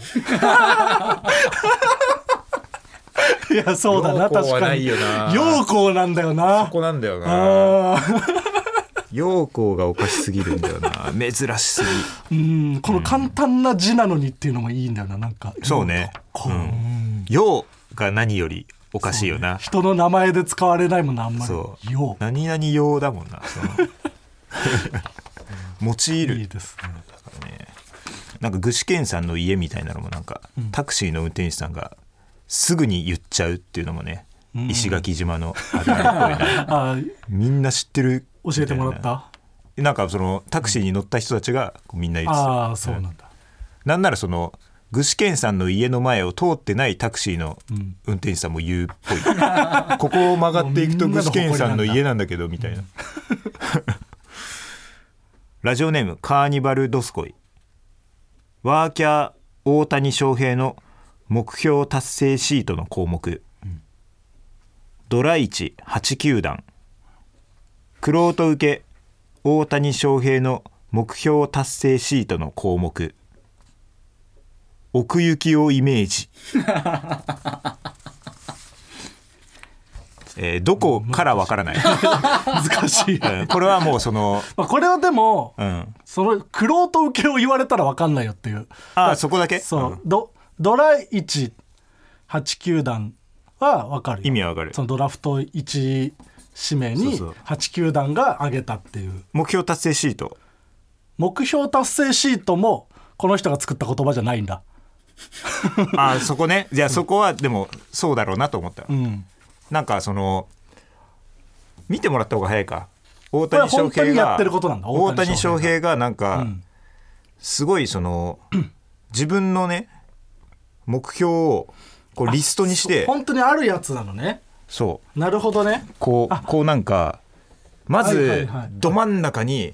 Speaker 4: いやそうだな
Speaker 2: 陽光
Speaker 4: 確
Speaker 2: は
Speaker 4: か
Speaker 2: な
Speaker 4: に
Speaker 2: いよな
Speaker 4: 陽光なんだよな
Speaker 2: ここなんだよな
Speaker 4: あー
Speaker 3: 陽光がおかしすぎるんだよな珍しすぎ
Speaker 4: うんこの簡単な字なのにっていうのもいいんだよななんか
Speaker 3: そうね
Speaker 4: こう
Speaker 3: 陽が何よりおかしいよな
Speaker 4: 人の名前で使われないもんなあんまり
Speaker 3: そう
Speaker 4: よう
Speaker 3: 何々用だもんなその 用いる
Speaker 4: いいですね
Speaker 3: なんか具志堅さんの家みたいなのもなんか、タクシーの運転手さんがすぐに言っちゃうっていうのもね、石垣島のあるあるっぽい な
Speaker 4: あー
Speaker 3: みんな知ってるみ
Speaker 4: 教えても
Speaker 3: た
Speaker 4: らっ
Speaker 3: いな
Speaker 4: た
Speaker 3: なんかそのタクシーに乗った人たちがこうみんな言ってた
Speaker 4: ああそうなんだ
Speaker 3: なんならその具志堅さんの家の前を通ってないタクシーの運転手さんも言うっぽい、 ここを曲がっていくと具志堅さんの家なんだけどみたいなラジオネームカーニバル・ドスコイワーキャー大谷翔平の目標達成シートの項目、ドラ1 8球団クロート受け大谷翔平の目標達成シートの項目奥行きをイメー ジえーどこからわからない
Speaker 4: 難しい
Speaker 3: うんこれはもうその、
Speaker 4: まあこれはでも
Speaker 3: うん、
Speaker 4: そのクロート受けを言われたら分かんないよっていう
Speaker 3: あそこだけ
Speaker 4: そう、
Speaker 3: ん
Speaker 4: ドドラ1 8球団は分かるよ
Speaker 3: 意味はわかる
Speaker 4: そのドラフト1指名に
Speaker 3: そうそう
Speaker 4: 8球団が挙げたっていう
Speaker 3: 目標達成シート
Speaker 4: 目標達成シートもこの人が作った言葉じゃないんだ
Speaker 3: あーそこねじゃあそこはでもそうだろうなと思った、
Speaker 4: うん
Speaker 3: なんかその見てもらった方が早いか大
Speaker 4: れは
Speaker 3: 谷翔
Speaker 4: 本当
Speaker 3: 平
Speaker 4: にや
Speaker 3: が
Speaker 4: ってることなんだ
Speaker 3: 大
Speaker 4: 大
Speaker 3: 谷
Speaker 4: 谷
Speaker 3: 翔
Speaker 4: 翔
Speaker 3: 平
Speaker 4: 平
Speaker 3: がなんか、
Speaker 4: ん
Speaker 3: すごいその自分のね目標をこうリストにして
Speaker 4: 本当にあるやつなのね
Speaker 3: そう
Speaker 4: なるほどね
Speaker 3: こうこうなんかまず、
Speaker 4: はいはいはい
Speaker 3: ど真ん中に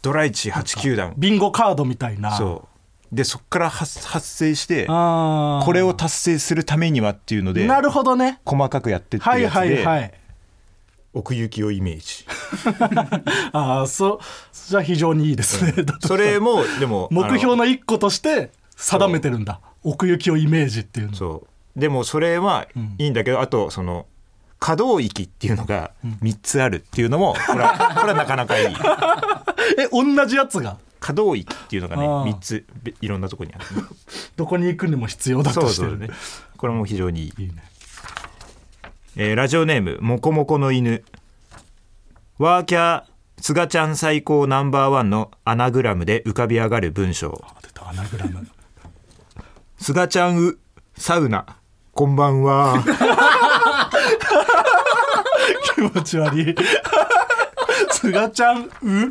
Speaker 3: ドライチ8球団
Speaker 4: ビンゴカードみたいな
Speaker 3: そうでそこから発発生して
Speaker 4: あー
Speaker 3: これを達成するためにはっていうので
Speaker 4: なるほどね
Speaker 3: 細かくやってって
Speaker 4: は
Speaker 3: る
Speaker 4: い
Speaker 3: やつで、
Speaker 4: はいはい
Speaker 3: 奥行きをイメージ
Speaker 4: ああそうじゃあ非常にいいですね、だと
Speaker 3: それもでも
Speaker 4: 目
Speaker 3: あ
Speaker 4: 標
Speaker 3: の
Speaker 4: の一個として定めてるんだ奥行きをイメージっていうの
Speaker 3: そうでもそれはいいんだけど、あとその可動域っていうのが3つあるっていうのも、これはこれはなかなかい い
Speaker 4: え同じやつが
Speaker 3: 可動域っていうのがね
Speaker 4: あー
Speaker 3: 3つべいろんなとこにある
Speaker 4: どこに行くにも必要だとして
Speaker 3: そう
Speaker 4: る
Speaker 3: そう
Speaker 4: ね
Speaker 3: ねこれも非常にいい
Speaker 4: いいね
Speaker 3: えーラジオネームもこもこの犬ワーキャーすがちゃん最高ナンバーワンのアナグラムで浮かび上がる文章
Speaker 4: あ出たアナグラム
Speaker 3: すがちゃんうサウナこんばんは
Speaker 4: 気持ち悪い すがちゃんう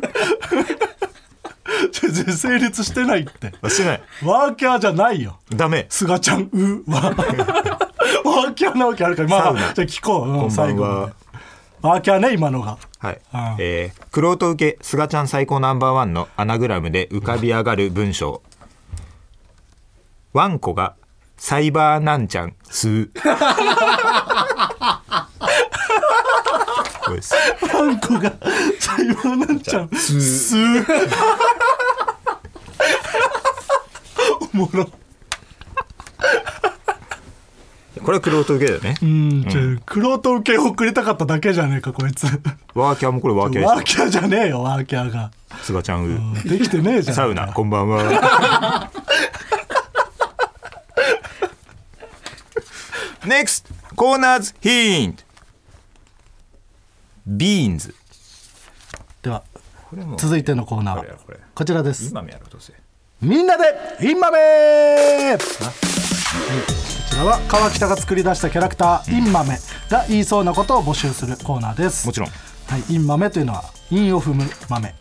Speaker 4: 全然成立してないって
Speaker 3: してない
Speaker 4: ワーキャーじゃないよ
Speaker 3: ダメ
Speaker 4: すがちゃんうは ワーキャーなわけあるからまあまあじゃあ聞こう、う
Speaker 3: こん
Speaker 4: ん
Speaker 3: ば
Speaker 4: 最
Speaker 3: ん
Speaker 4: 後
Speaker 3: は
Speaker 4: までワーキャーね今のが
Speaker 3: はい
Speaker 4: あー
Speaker 3: えー、クロート受けすがちゃん最高ナンバーワンのアナグラムで浮かび上がる文章ワンコがサイバーなんちゃん 吸うこれです
Speaker 4: パンコが最後 になっちゃうすーもろ
Speaker 3: これはクロート受けだよね
Speaker 4: うんちょクロート受けをくれたかっただけじゃねえかこいつ
Speaker 3: ワーキャーもこれワーキャー
Speaker 4: ワー
Speaker 3: で
Speaker 4: キャーじゃねえよワーキャーが
Speaker 3: すつばちゃんう
Speaker 4: できてねえじゃん
Speaker 3: サウナこんばんは NEXT コーナーズヒントビーンズ
Speaker 4: では
Speaker 3: これも
Speaker 4: 続いてのコーナーは
Speaker 3: これこれ
Speaker 4: こちらです
Speaker 3: 今見やろうどうせ
Speaker 4: みんなでインマメはいこちらは川北が作り出したキャラクター、インマメが言いそうなことを募集するコーナーです
Speaker 3: もちろん
Speaker 4: はい、インマメというのは韻を踏む豆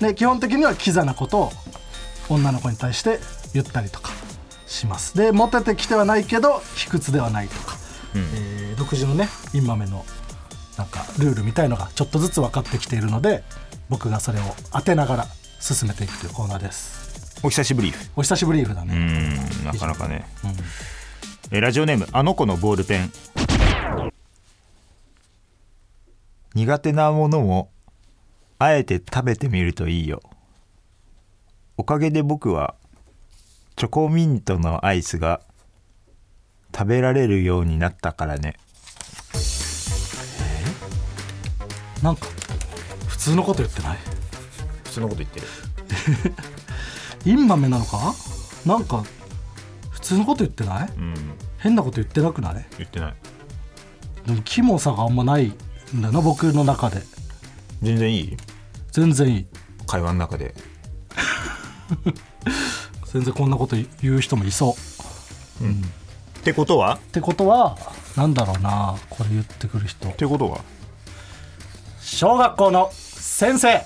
Speaker 4: で基本的にはキザなことを女の子に対して言ったりとかしますでモテてきてはないけど卑屈ではないとか、えー独自のねインマメのなんかルールみたいのがちょっとずつ分かってきているので僕がそれを当てながら進めていくというコーナーです
Speaker 3: お久しぶり
Speaker 4: お久しぶりーふだね、
Speaker 3: うんなかなかね、えラジオネームあの子のボールペン苦手なものもあえて食べてみるといいよおかげで僕はチョコミントのアイスが食べられるようになったからね
Speaker 4: なんか普通のこと言ってない
Speaker 3: 普通のこと言ってる
Speaker 4: インマメなのかなんか普通のこと言ってない
Speaker 3: うん
Speaker 4: 変なこと言ってなくない
Speaker 3: 言ってない
Speaker 4: でもキモさがあんまないんだよな僕の中で
Speaker 3: 全然いい
Speaker 4: 全然いい
Speaker 3: 会話の中で
Speaker 4: 全然こんなこと言う人もいそう
Speaker 3: っ
Speaker 4: っ
Speaker 3: てことは
Speaker 4: てことはなんだろうなこれ言ってくる人
Speaker 3: ってことは
Speaker 4: 小学校の先生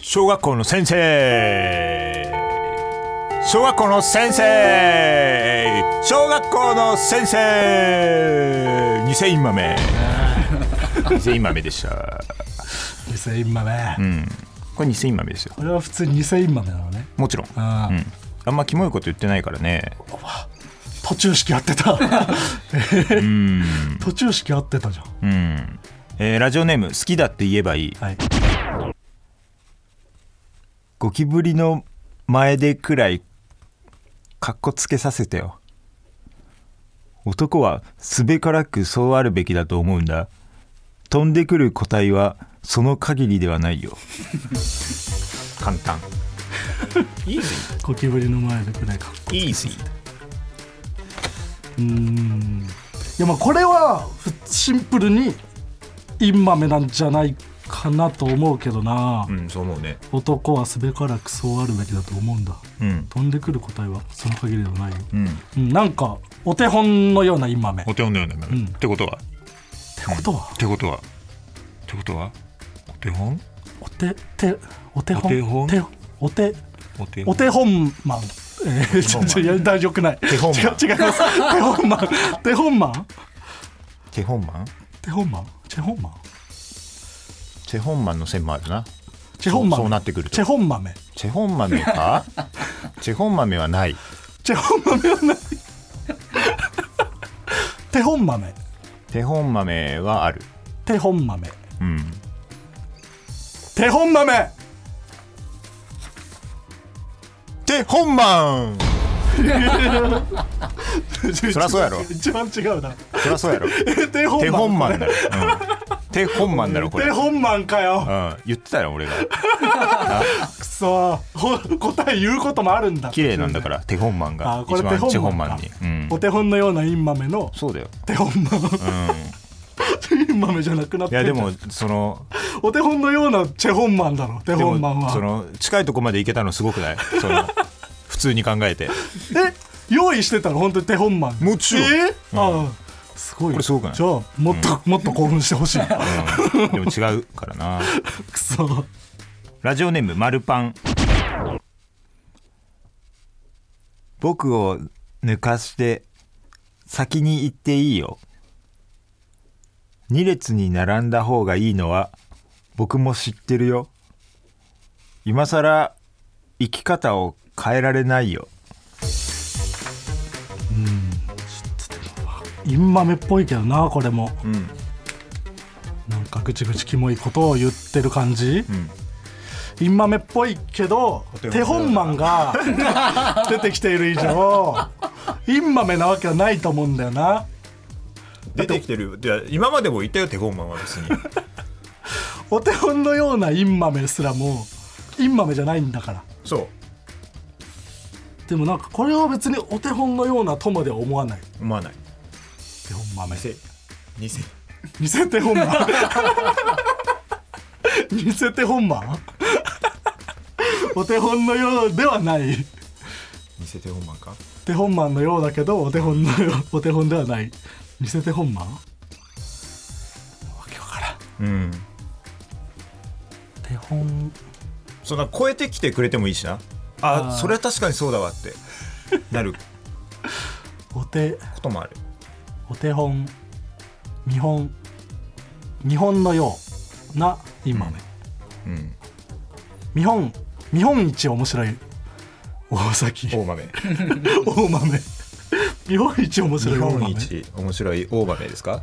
Speaker 3: 小学校の先生小学校の先生小学校の先生偽インマメ偽インマメでした
Speaker 4: 偽インマメ、
Speaker 3: うんこれ偽インマメですよ
Speaker 4: これは普通に偽インマメなのね
Speaker 3: もちろん、う、
Speaker 4: うんん、
Speaker 3: あんまキモいこと言ってないからね
Speaker 4: 途中式やってた
Speaker 3: うん
Speaker 4: 途中式やってたじゃん
Speaker 3: うん、えーラジオネーム好きだって言えばいい
Speaker 4: はい
Speaker 3: ゴキブリの前でくらいかっこつけさせてよ男はすべからくそうあるべきだと思うんだ飛んでくる個体はその限りではないよ 簡単
Speaker 4: ゴキブリの前でくらいか
Speaker 3: イージー
Speaker 4: うーんいやまあこれはふシンプルにインマメなんじゃないかなと思うけどな、
Speaker 3: うんそう思うね
Speaker 4: 男はすべからくそうあるべきだと思うんだ
Speaker 3: うん
Speaker 4: 飛んでくる答えはその限りではないよ、
Speaker 3: うん
Speaker 4: うん、なんかお手本のようなインマメって
Speaker 3: お手本だよね、
Speaker 4: ん
Speaker 3: ってことは
Speaker 4: ことは
Speaker 3: ってことはってことはお手本
Speaker 4: お手手お手
Speaker 3: お手本
Speaker 4: 本手お手
Speaker 3: お手
Speaker 4: お手本マンえー、ちょちょいや大丈夫くない手
Speaker 3: 本マン
Speaker 4: 違う違います手本マン手本マン
Speaker 3: 手本マン
Speaker 4: 手本マン手本マン
Speaker 3: 手本マンの線もあるな
Speaker 4: 手本マン
Speaker 3: そうそうなってくると
Speaker 4: 手本豆
Speaker 3: チェホン豆 かチェホン豆はない
Speaker 4: 手本豆はない手本豆
Speaker 3: 手本豆はある
Speaker 4: 手本豆
Speaker 3: うん
Speaker 4: 手本豆
Speaker 3: 手本マンそりゃそうやろ
Speaker 4: 一番違うな
Speaker 3: そりゃそうやろ
Speaker 4: 手本マ
Speaker 3: 手本マン
Speaker 4: ン
Speaker 3: だろ、うん、 手本マンだろこれ
Speaker 4: 手本マンかよ
Speaker 3: うん、言ってたよ俺が
Speaker 4: くそーほ答え言うこともあるんだ
Speaker 3: 綺麗なんだ から手本マンが
Speaker 4: あーこ
Speaker 3: 一
Speaker 4: れ
Speaker 3: 番
Speaker 4: 手
Speaker 3: チェホ
Speaker 4: 本
Speaker 3: ン
Speaker 4: マン
Speaker 3: マ
Speaker 4: か
Speaker 3: ンに、うん
Speaker 4: お、手本のようなインマメの
Speaker 3: そうだよ
Speaker 4: 手本マン
Speaker 3: うん
Speaker 4: インマメじゃなくなっ
Speaker 3: い
Speaker 4: て
Speaker 3: や
Speaker 4: るじ
Speaker 3: で
Speaker 4: ゃん
Speaker 3: もその
Speaker 4: お手本のようなチェ本マンだろ手
Speaker 3: で
Speaker 4: 本マン
Speaker 3: も
Speaker 4: は
Speaker 3: その近いとこまで行けたのすごくないその普通に考えて
Speaker 4: え用意してたの本当に手本マン
Speaker 3: もちろん
Speaker 4: えーああすごい
Speaker 3: これすごくない
Speaker 4: じゃあもっと、もっと興奮してほしい
Speaker 3: うんでも違うからな
Speaker 4: くそ
Speaker 3: ラジオネームマルパン僕を抜かして先に行っていいよ2列に並んだ方がいいのは僕も知ってるよ今さら生き方を変えられないよ
Speaker 4: インマメっぽいけどなこれも
Speaker 3: うん
Speaker 4: なんかぐちぐちキモいことを言ってる感じ、インマメっぽいけど手本マンが 出てきている以上インマメなわけはないと思うんだよな
Speaker 2: 出てきてるよじゃあ今までもいたよ手本マンは別に
Speaker 4: お手本のようなインマメすらもインマメじゃないんだから
Speaker 2: そ
Speaker 4: でもなんかこれは別にお手本のようなとまでは思わないう
Speaker 2: 思わない
Speaker 4: 手本豆
Speaker 2: 偽偽
Speaker 4: 偽手本 マン偽手本マンお手本のようではない
Speaker 2: 偽手本マンか
Speaker 4: 手本マンのようだけどお手本のようお手本ではない偽手本マンわけわからん
Speaker 2: うん
Speaker 4: 手本
Speaker 2: そんな超えてきてくれてもいいしなあ
Speaker 4: あー
Speaker 2: それは確かにそうだわってなる
Speaker 4: お手
Speaker 2: こともある
Speaker 4: お手本見本見本のような今目、
Speaker 2: うん
Speaker 4: 見本見本一面白い大崎
Speaker 2: 大豆
Speaker 4: 大豆見本一面白
Speaker 2: 日
Speaker 4: い大
Speaker 2: 本
Speaker 4: 豆
Speaker 2: 一面白い大豆です か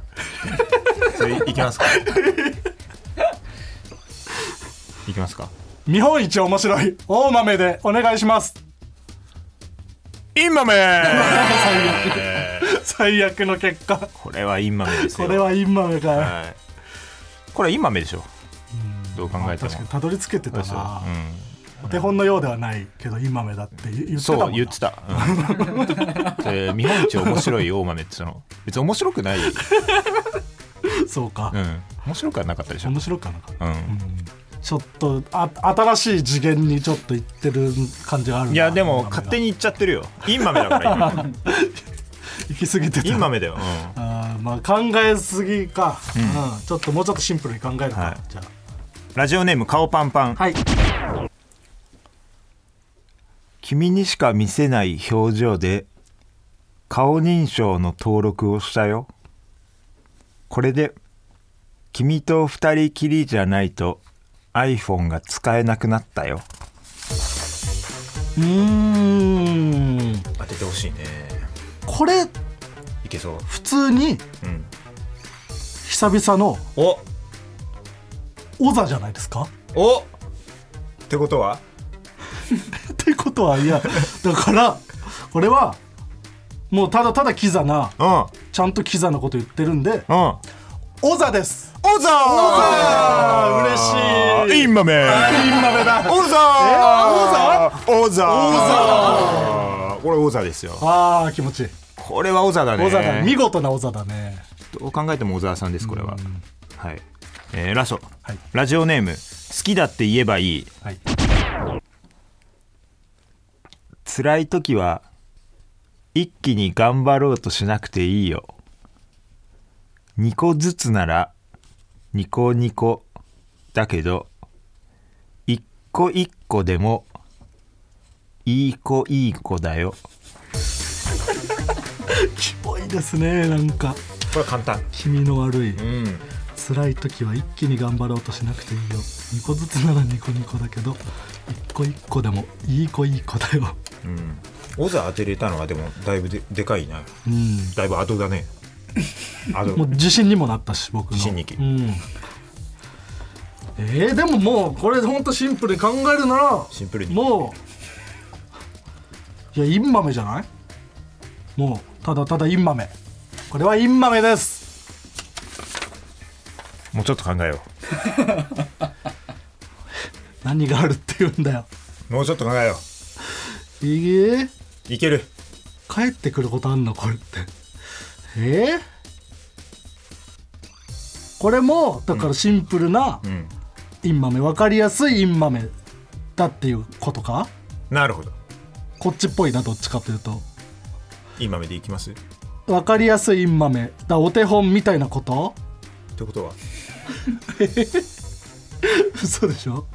Speaker 2: それいきますかいきますか
Speaker 4: 見本一面白い大豆でお願いします
Speaker 3: インマメ
Speaker 4: 最悪の結果
Speaker 3: これはインマメです
Speaker 4: こ
Speaker 3: よ
Speaker 4: れは今豆か、
Speaker 3: はいこれはインマメでしょどう考えても
Speaker 4: 確かにたどり着けてた
Speaker 3: そう
Speaker 4: な、お手本のようではないけど今豆だって言ってたもんな
Speaker 3: そう言ってた、うんで日本一面白い大豆ってその別に面白くない、う
Speaker 4: そうか、
Speaker 3: ん、面白くはなかったでしょ、うん
Speaker 4: 面白くはなかったちょっとあ新しい次元にちょっと行ってる感じがあるない
Speaker 3: やでも勝手
Speaker 4: に
Speaker 3: に言っちゃってるよインマメだから 今
Speaker 4: 行き過ぎてた
Speaker 3: インマメだよ、うん
Speaker 4: あーまあ考えすぎか、うんちょっともうちょっとシンプルに考えるか、
Speaker 3: はい
Speaker 4: じゃあ
Speaker 3: ラジオネーム顔パンパン、
Speaker 4: はい
Speaker 3: 君にしか見せない表情で顔認証の登録をしたよこれで君と二人きりじゃないと iPhone が使えなくなったよ
Speaker 4: うーん
Speaker 2: 当ててほしいね
Speaker 4: これ
Speaker 2: いけそう
Speaker 4: 普通に
Speaker 2: うん
Speaker 4: 久々の
Speaker 2: お
Speaker 4: オザじゃないですか
Speaker 2: おってことは
Speaker 4: ってことはいやだからこれはもうただただキザな
Speaker 3: うんうん
Speaker 4: ちゃんとキザなこと言ってるんで
Speaker 3: オ
Speaker 4: オザです
Speaker 3: ザー
Speaker 4: あー嬉しい
Speaker 3: インマメ
Speaker 4: インマメだ
Speaker 3: オザーオザーオザーこれオザですよ
Speaker 4: あー気持ちいい
Speaker 3: これはオザだね
Speaker 4: オザだ、見事なオザだね
Speaker 3: どう考えても小沢さんですこれは、はい、えーラスト、
Speaker 4: はい
Speaker 3: ラジオネーム好きだって言えばいい
Speaker 4: はい
Speaker 3: 辛い時は一気に頑張ろうとしなくていいよ2個ずつなら2個2個だけど1個1個でもいい子いい子だよ
Speaker 4: キモいですねなんか
Speaker 2: これは簡単
Speaker 4: 気味の悪い
Speaker 2: うん
Speaker 4: 辛い時は一気に頑張ろうとしなくていいよ2個ずつなら2個2個だけど1個1個でもいい子いい子だよ
Speaker 2: うんオザ当てれたのはでもだいぶででかいな
Speaker 4: うん
Speaker 2: だいぶアドだ ねアド
Speaker 4: もう自信にもなったし僕の
Speaker 2: 自信に生き
Speaker 4: うんえー、でももうこれほんとシンプルに考えるなら
Speaker 2: シンプルに
Speaker 4: もういやインマメじゃないもうただただインマメこれはインマメです
Speaker 3: もうちょっと考えよ
Speaker 4: 何があるって言うんだよ
Speaker 2: もうちょっと考えよ
Speaker 4: えー、
Speaker 2: ういける
Speaker 4: 帰ってくることあんのこれってえー、これもだからシンプルな
Speaker 2: うん
Speaker 4: インマメ分かりやすいインマメだっていうことか
Speaker 2: なるほど
Speaker 4: こっちっぽいなどっちかというと
Speaker 2: いい豆でいきますっ
Speaker 4: 分かりやすいインマメだお手本みたいなこと
Speaker 2: てことは
Speaker 4: 嘘でしょ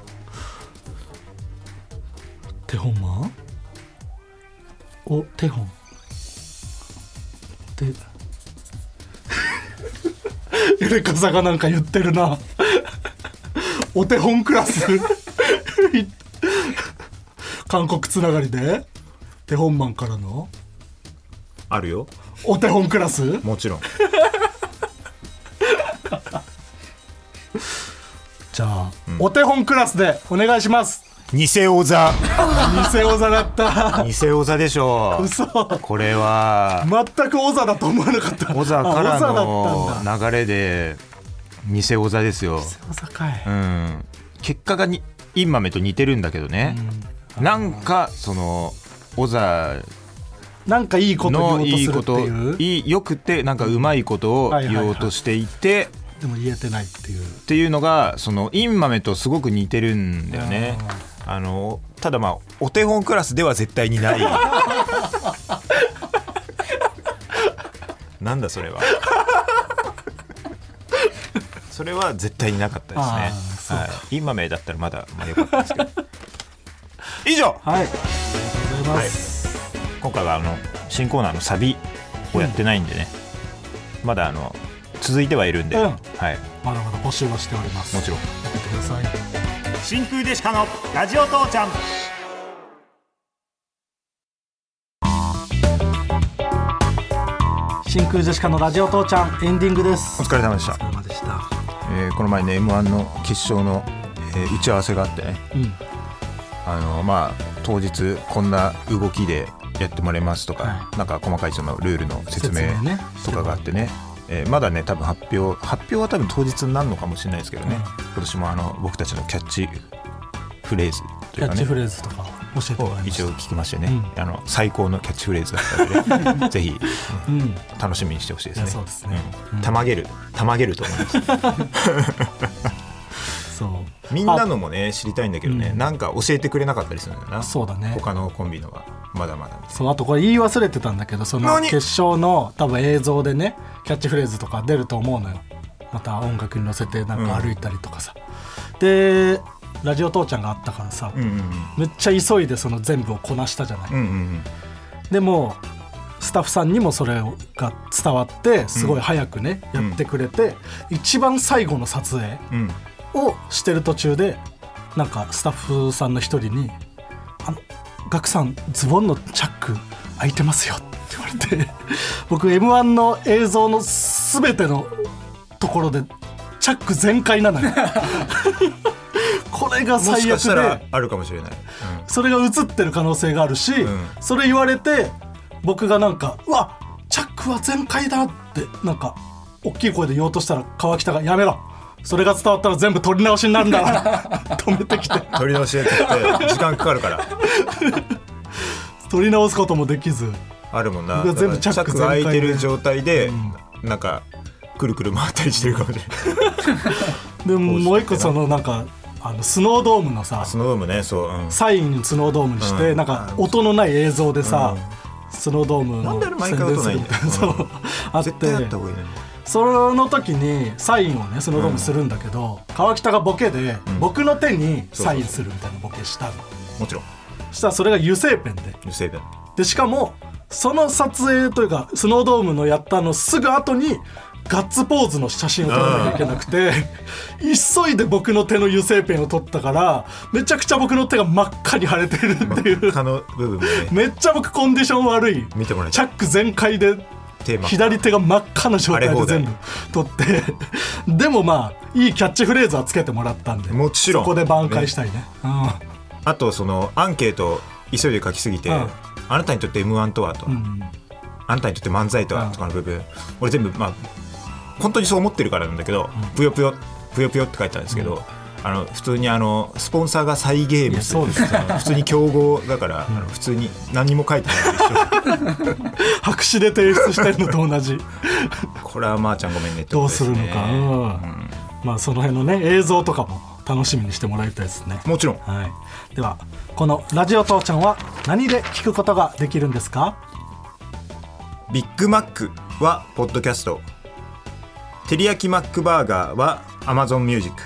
Speaker 4: 手本マンお手本で ゆれかさがなんか言ってるなお手本クラス韓国つながりで手本マンからの
Speaker 2: あるよ
Speaker 4: お手本クラス
Speaker 2: もちろん
Speaker 4: じゃあ、
Speaker 2: ん
Speaker 4: お手本クラスでお願いします
Speaker 3: 偽王座
Speaker 4: 偽王座だった
Speaker 3: 偽王座でしょう
Speaker 4: 嘘
Speaker 3: これは
Speaker 4: 全く王座だと思わなかった
Speaker 3: 王座から
Speaker 4: あ王座だったんだ
Speaker 3: の流れで偽王座ですよ、
Speaker 4: 王座かい
Speaker 3: うん、結果がにインマメと似てるんだけどね、なんかその王座
Speaker 4: なんかいいこと言
Speaker 3: の
Speaker 4: おうと
Speaker 3: いい
Speaker 4: する
Speaker 3: こ
Speaker 4: って
Speaker 3: と
Speaker 4: いう
Speaker 3: いいよくてなんかうまいことを
Speaker 4: はいはいはい
Speaker 3: 言おうとしていて、
Speaker 4: でも言えてないっていう
Speaker 3: っていうのがそのインマメとすごく似てるんだよね。あのただまあお手本クラスでは絶対にない。なんだそれは。それは絶対になかった
Speaker 4: あー
Speaker 3: です
Speaker 4: そう
Speaker 3: ね。
Speaker 4: か
Speaker 3: はい、インマメだったらまだまあ良かったですけど。以上
Speaker 4: はいありがとうございます、
Speaker 3: 今回はあの新コーナーのサビをやってないんでね、まだあの続いてはいるんで、
Speaker 4: うん
Speaker 3: はい
Speaker 4: まだまだ募集はしております
Speaker 3: もちろん。
Speaker 4: 送ってください
Speaker 5: 真空ジェシカのラジオ父ちゃん
Speaker 4: 真空ジェシカのラジオ父ちゃんエンディングです
Speaker 3: お疲れ様でした
Speaker 4: お疲れ様でした
Speaker 3: えーこの前ね m 1の決勝の、えー打ち合わせがあってね
Speaker 4: うん
Speaker 3: あのまあ当日こんな動きでやってもらいますとか、
Speaker 4: は
Speaker 3: なんか細かいそのルールの説明
Speaker 4: 説明ね
Speaker 3: とかがあってねえーまだね多分発表発表は多分当日になるのかもしれないですけどね、今年もあの僕たちのキャッチフレーズと
Speaker 4: キ
Speaker 3: いう
Speaker 4: ャ
Speaker 3: か
Speaker 4: ッチ
Speaker 3: ね
Speaker 4: フレーズとか教えてもらいまし
Speaker 3: 一
Speaker 4: た
Speaker 3: 応聞きましてね、あの最高のキャッチフレーズだった のでぜひ
Speaker 4: うん
Speaker 3: 楽しみにしてほしいです
Speaker 4: い
Speaker 3: ね
Speaker 4: やそうですね
Speaker 3: うんたまげるたまげると思い ます
Speaker 4: そう
Speaker 3: みんなのもね知りたいんだけどね、
Speaker 4: うん
Speaker 3: なんか教えてくれなかったりするんだよな
Speaker 4: そうだね
Speaker 3: 他のコンビのはまだまだ
Speaker 4: そうあとこれ言い忘れてたんだけどその
Speaker 3: 何
Speaker 4: 決勝の多分映像でねキャッチフレーズとか出ると思うのよまた音楽に乗せてなんか歩いたりとかさ、でラジオ父ちゃんがあったからさ、
Speaker 3: うんうんうん
Speaker 4: めっちゃ急いでその全部をこなしたじゃない、
Speaker 3: うんうん
Speaker 4: でもスタッフさんにもそれが伝わってすごい早くね、
Speaker 3: うん
Speaker 4: やってくれて、一番最後の撮影
Speaker 3: うんうん
Speaker 4: をしてる途中でなんかスタッフさんの一人に「あのガクさんズボンのチャック開いてますよ」って言われて 僕 m 1の映像の全てのところでチャック全開なのよこれが
Speaker 3: もし
Speaker 4: 最
Speaker 3: か
Speaker 4: 悪
Speaker 3: したら
Speaker 4: で
Speaker 3: あるかもしれ ない、
Speaker 4: それが映ってる可能性があるし、
Speaker 3: ん
Speaker 4: それ言われて僕がなんか「うわチャックは全開だ」ってなんか大きい声で言おうとしたら川北が「やめろそれが伝わったら全部取り直しになるんだ から」止めてきて
Speaker 3: うん、取り直しで撮って時間かかるから
Speaker 4: 取り直すこともできず
Speaker 3: あるもんな
Speaker 4: 僕は全部
Speaker 3: だから
Speaker 4: チャック全
Speaker 3: が
Speaker 4: 開
Speaker 3: 開
Speaker 4: で
Speaker 3: いてる状態で、なんかくるくる回ったりしてるかもしれない
Speaker 4: でももう一個そのなんかあのスノードームのさ
Speaker 3: スノードームね そう、うん
Speaker 4: サインスノードームにして、
Speaker 3: うん
Speaker 4: なんか音のない映像でさ、スノードーム
Speaker 3: な
Speaker 4: の
Speaker 3: んであれ毎回音ないんだよ
Speaker 4: 宣伝するみたいなそうあって
Speaker 3: 絶対あった方がいいね
Speaker 4: その時にサインをねそのドームするんだけど、川北がボケで、僕の手にサインするみたいなボケしたの
Speaker 3: もちろん
Speaker 4: そしたらそれが油性ペンで
Speaker 3: 油性ペン
Speaker 4: でしかもその撮影というかスノードームのやったのすぐ後にガッツポーズの写真を撮らなきゃいけなくて急いで僕の手の油性ペンを撮ったからめちゃくちゃ僕の手が真っ赤に腫れてるって いう
Speaker 3: 他の部分もね
Speaker 4: めっちゃ僕コンディション悪い
Speaker 3: 見てもらえ
Speaker 4: チャック全開で
Speaker 3: テーマ
Speaker 4: 左手が真っ赤な状態
Speaker 3: 荒れ
Speaker 4: で
Speaker 3: 放題
Speaker 4: 全部取ってでもまあいいキャッチフレーズはつけてもらったんで
Speaker 3: もちろん
Speaker 4: そこで挽回したいねう
Speaker 3: あとそのアンケート急いで書きすぎて、
Speaker 4: うん
Speaker 3: あなたにとって m 1とはと、
Speaker 4: ん、うん
Speaker 3: あなたにとって漫才と
Speaker 4: う
Speaker 3: は
Speaker 4: ん
Speaker 3: とかの部分、俺全部まあ本当にそう思ってるからなんだけど、ぷよぷよぷよぷよって書いてあるんですけど、あの普通にあのスポンサーがサイゲー
Speaker 4: い
Speaker 3: ム
Speaker 4: や
Speaker 3: ズ
Speaker 4: そうですよ
Speaker 3: 普通に競合だから、あの普通に何も書いて ないでし
Speaker 4: 白紙で提出してるのと同じ
Speaker 3: ょこれはまーちゃんごめんねって
Speaker 4: ど
Speaker 3: こと
Speaker 4: う
Speaker 3: ですす ね
Speaker 4: るのか、うんまあその辺のね映像とかも楽しみにしてもらいたいですね
Speaker 3: もちろん
Speaker 4: はい、ではこの「ラジオ父ちゃん」は何で聞くことができるんですか
Speaker 3: ビッグマックはポッドキャストてりやきマックバーガーはアマゾンミュージック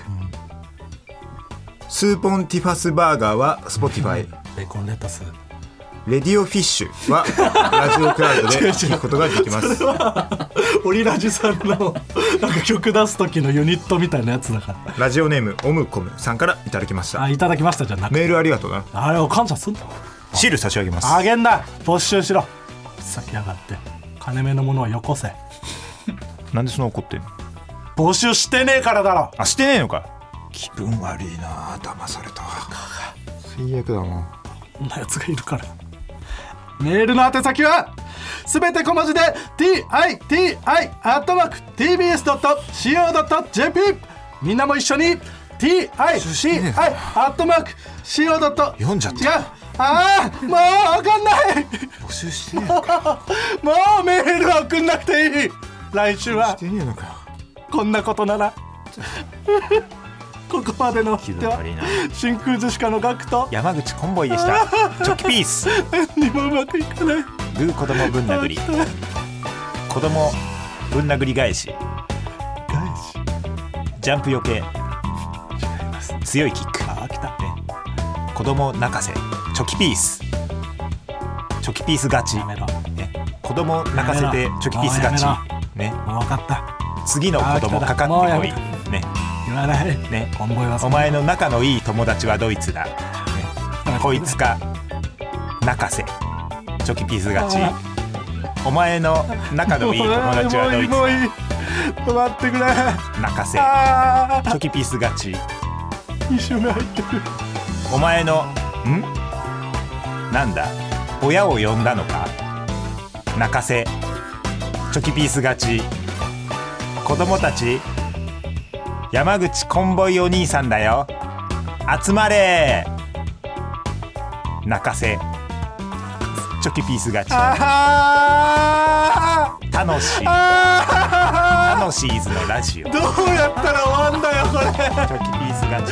Speaker 3: スーポンティファスバーガーは Spotify
Speaker 4: ベーコンレ タス
Speaker 3: レディオフィッシュはラジオクラウ ドで聞くことができます
Speaker 4: オリラジさんのなんか曲出す時のユニットみたいなやつだから
Speaker 3: ラジオネームオムコムさんからいただきました
Speaker 4: あいただきましたじゃなく
Speaker 3: メールありがとうな
Speaker 4: あれを感謝すんの
Speaker 3: シール差し上げます
Speaker 4: あげんな没収しろさきやがって金目のものはよこせ
Speaker 3: なんでそんな怒ってんの
Speaker 4: 募集してねえからだろ
Speaker 3: あしてねえのか気分悪いな騙された最悪だな
Speaker 4: こんなやつがいるからメールの宛先はすべて小文字で TITI-tbs.co.jp みんなも一緒に TITI-co.jp
Speaker 3: 読んじゃった
Speaker 4: やああもうわかんない
Speaker 3: 募集してねえのか
Speaker 4: もうメールは送んなくていい来週は
Speaker 3: してねえのか
Speaker 4: こんなことならここまでのお相手は
Speaker 3: 悪いな
Speaker 4: 真空ジェシカのガクと
Speaker 3: 山口コンボイでしたチョキピース
Speaker 4: 何もうまくいかない
Speaker 3: グー子供ぶん殴り子供ぶん殴り返し
Speaker 4: 返し
Speaker 3: ジャンプよけ強いキック
Speaker 4: あ来た
Speaker 3: 子供泣かせチョキピースチョキピース勝ち
Speaker 4: やめろ
Speaker 3: ね、子供泣かせてチョキピース勝ち
Speaker 4: や
Speaker 3: ね
Speaker 4: もう分かった
Speaker 3: 次の子供かか
Speaker 4: もう
Speaker 3: っ
Speaker 4: や
Speaker 3: て
Speaker 4: め
Speaker 3: こいね
Speaker 4: 言わない
Speaker 3: ね
Speaker 4: コンボイはそ
Speaker 3: お
Speaker 4: んな
Speaker 3: 前の仲のいい友達はドイツだ、ね、こいつか泣かせチョキピース勝ちお前の仲のいい友達はドイツ
Speaker 4: もういいもういい
Speaker 3: だ
Speaker 4: 止まってくれ
Speaker 3: 泣かせ
Speaker 4: あ
Speaker 3: チョキピース勝ち
Speaker 4: ー一瞬目入ってる
Speaker 3: お前のんなんだ親を呼んだのか泣かせチョキピース勝ち子供たち山口コンボイお兄さんだよ集まれ泣かせチョキピース勝
Speaker 4: あー
Speaker 3: ち楽しい
Speaker 4: あ
Speaker 3: 楽しいーズのラジオチ
Speaker 4: ーどうやったら終わんだよこれ
Speaker 3: ョキピース勝ち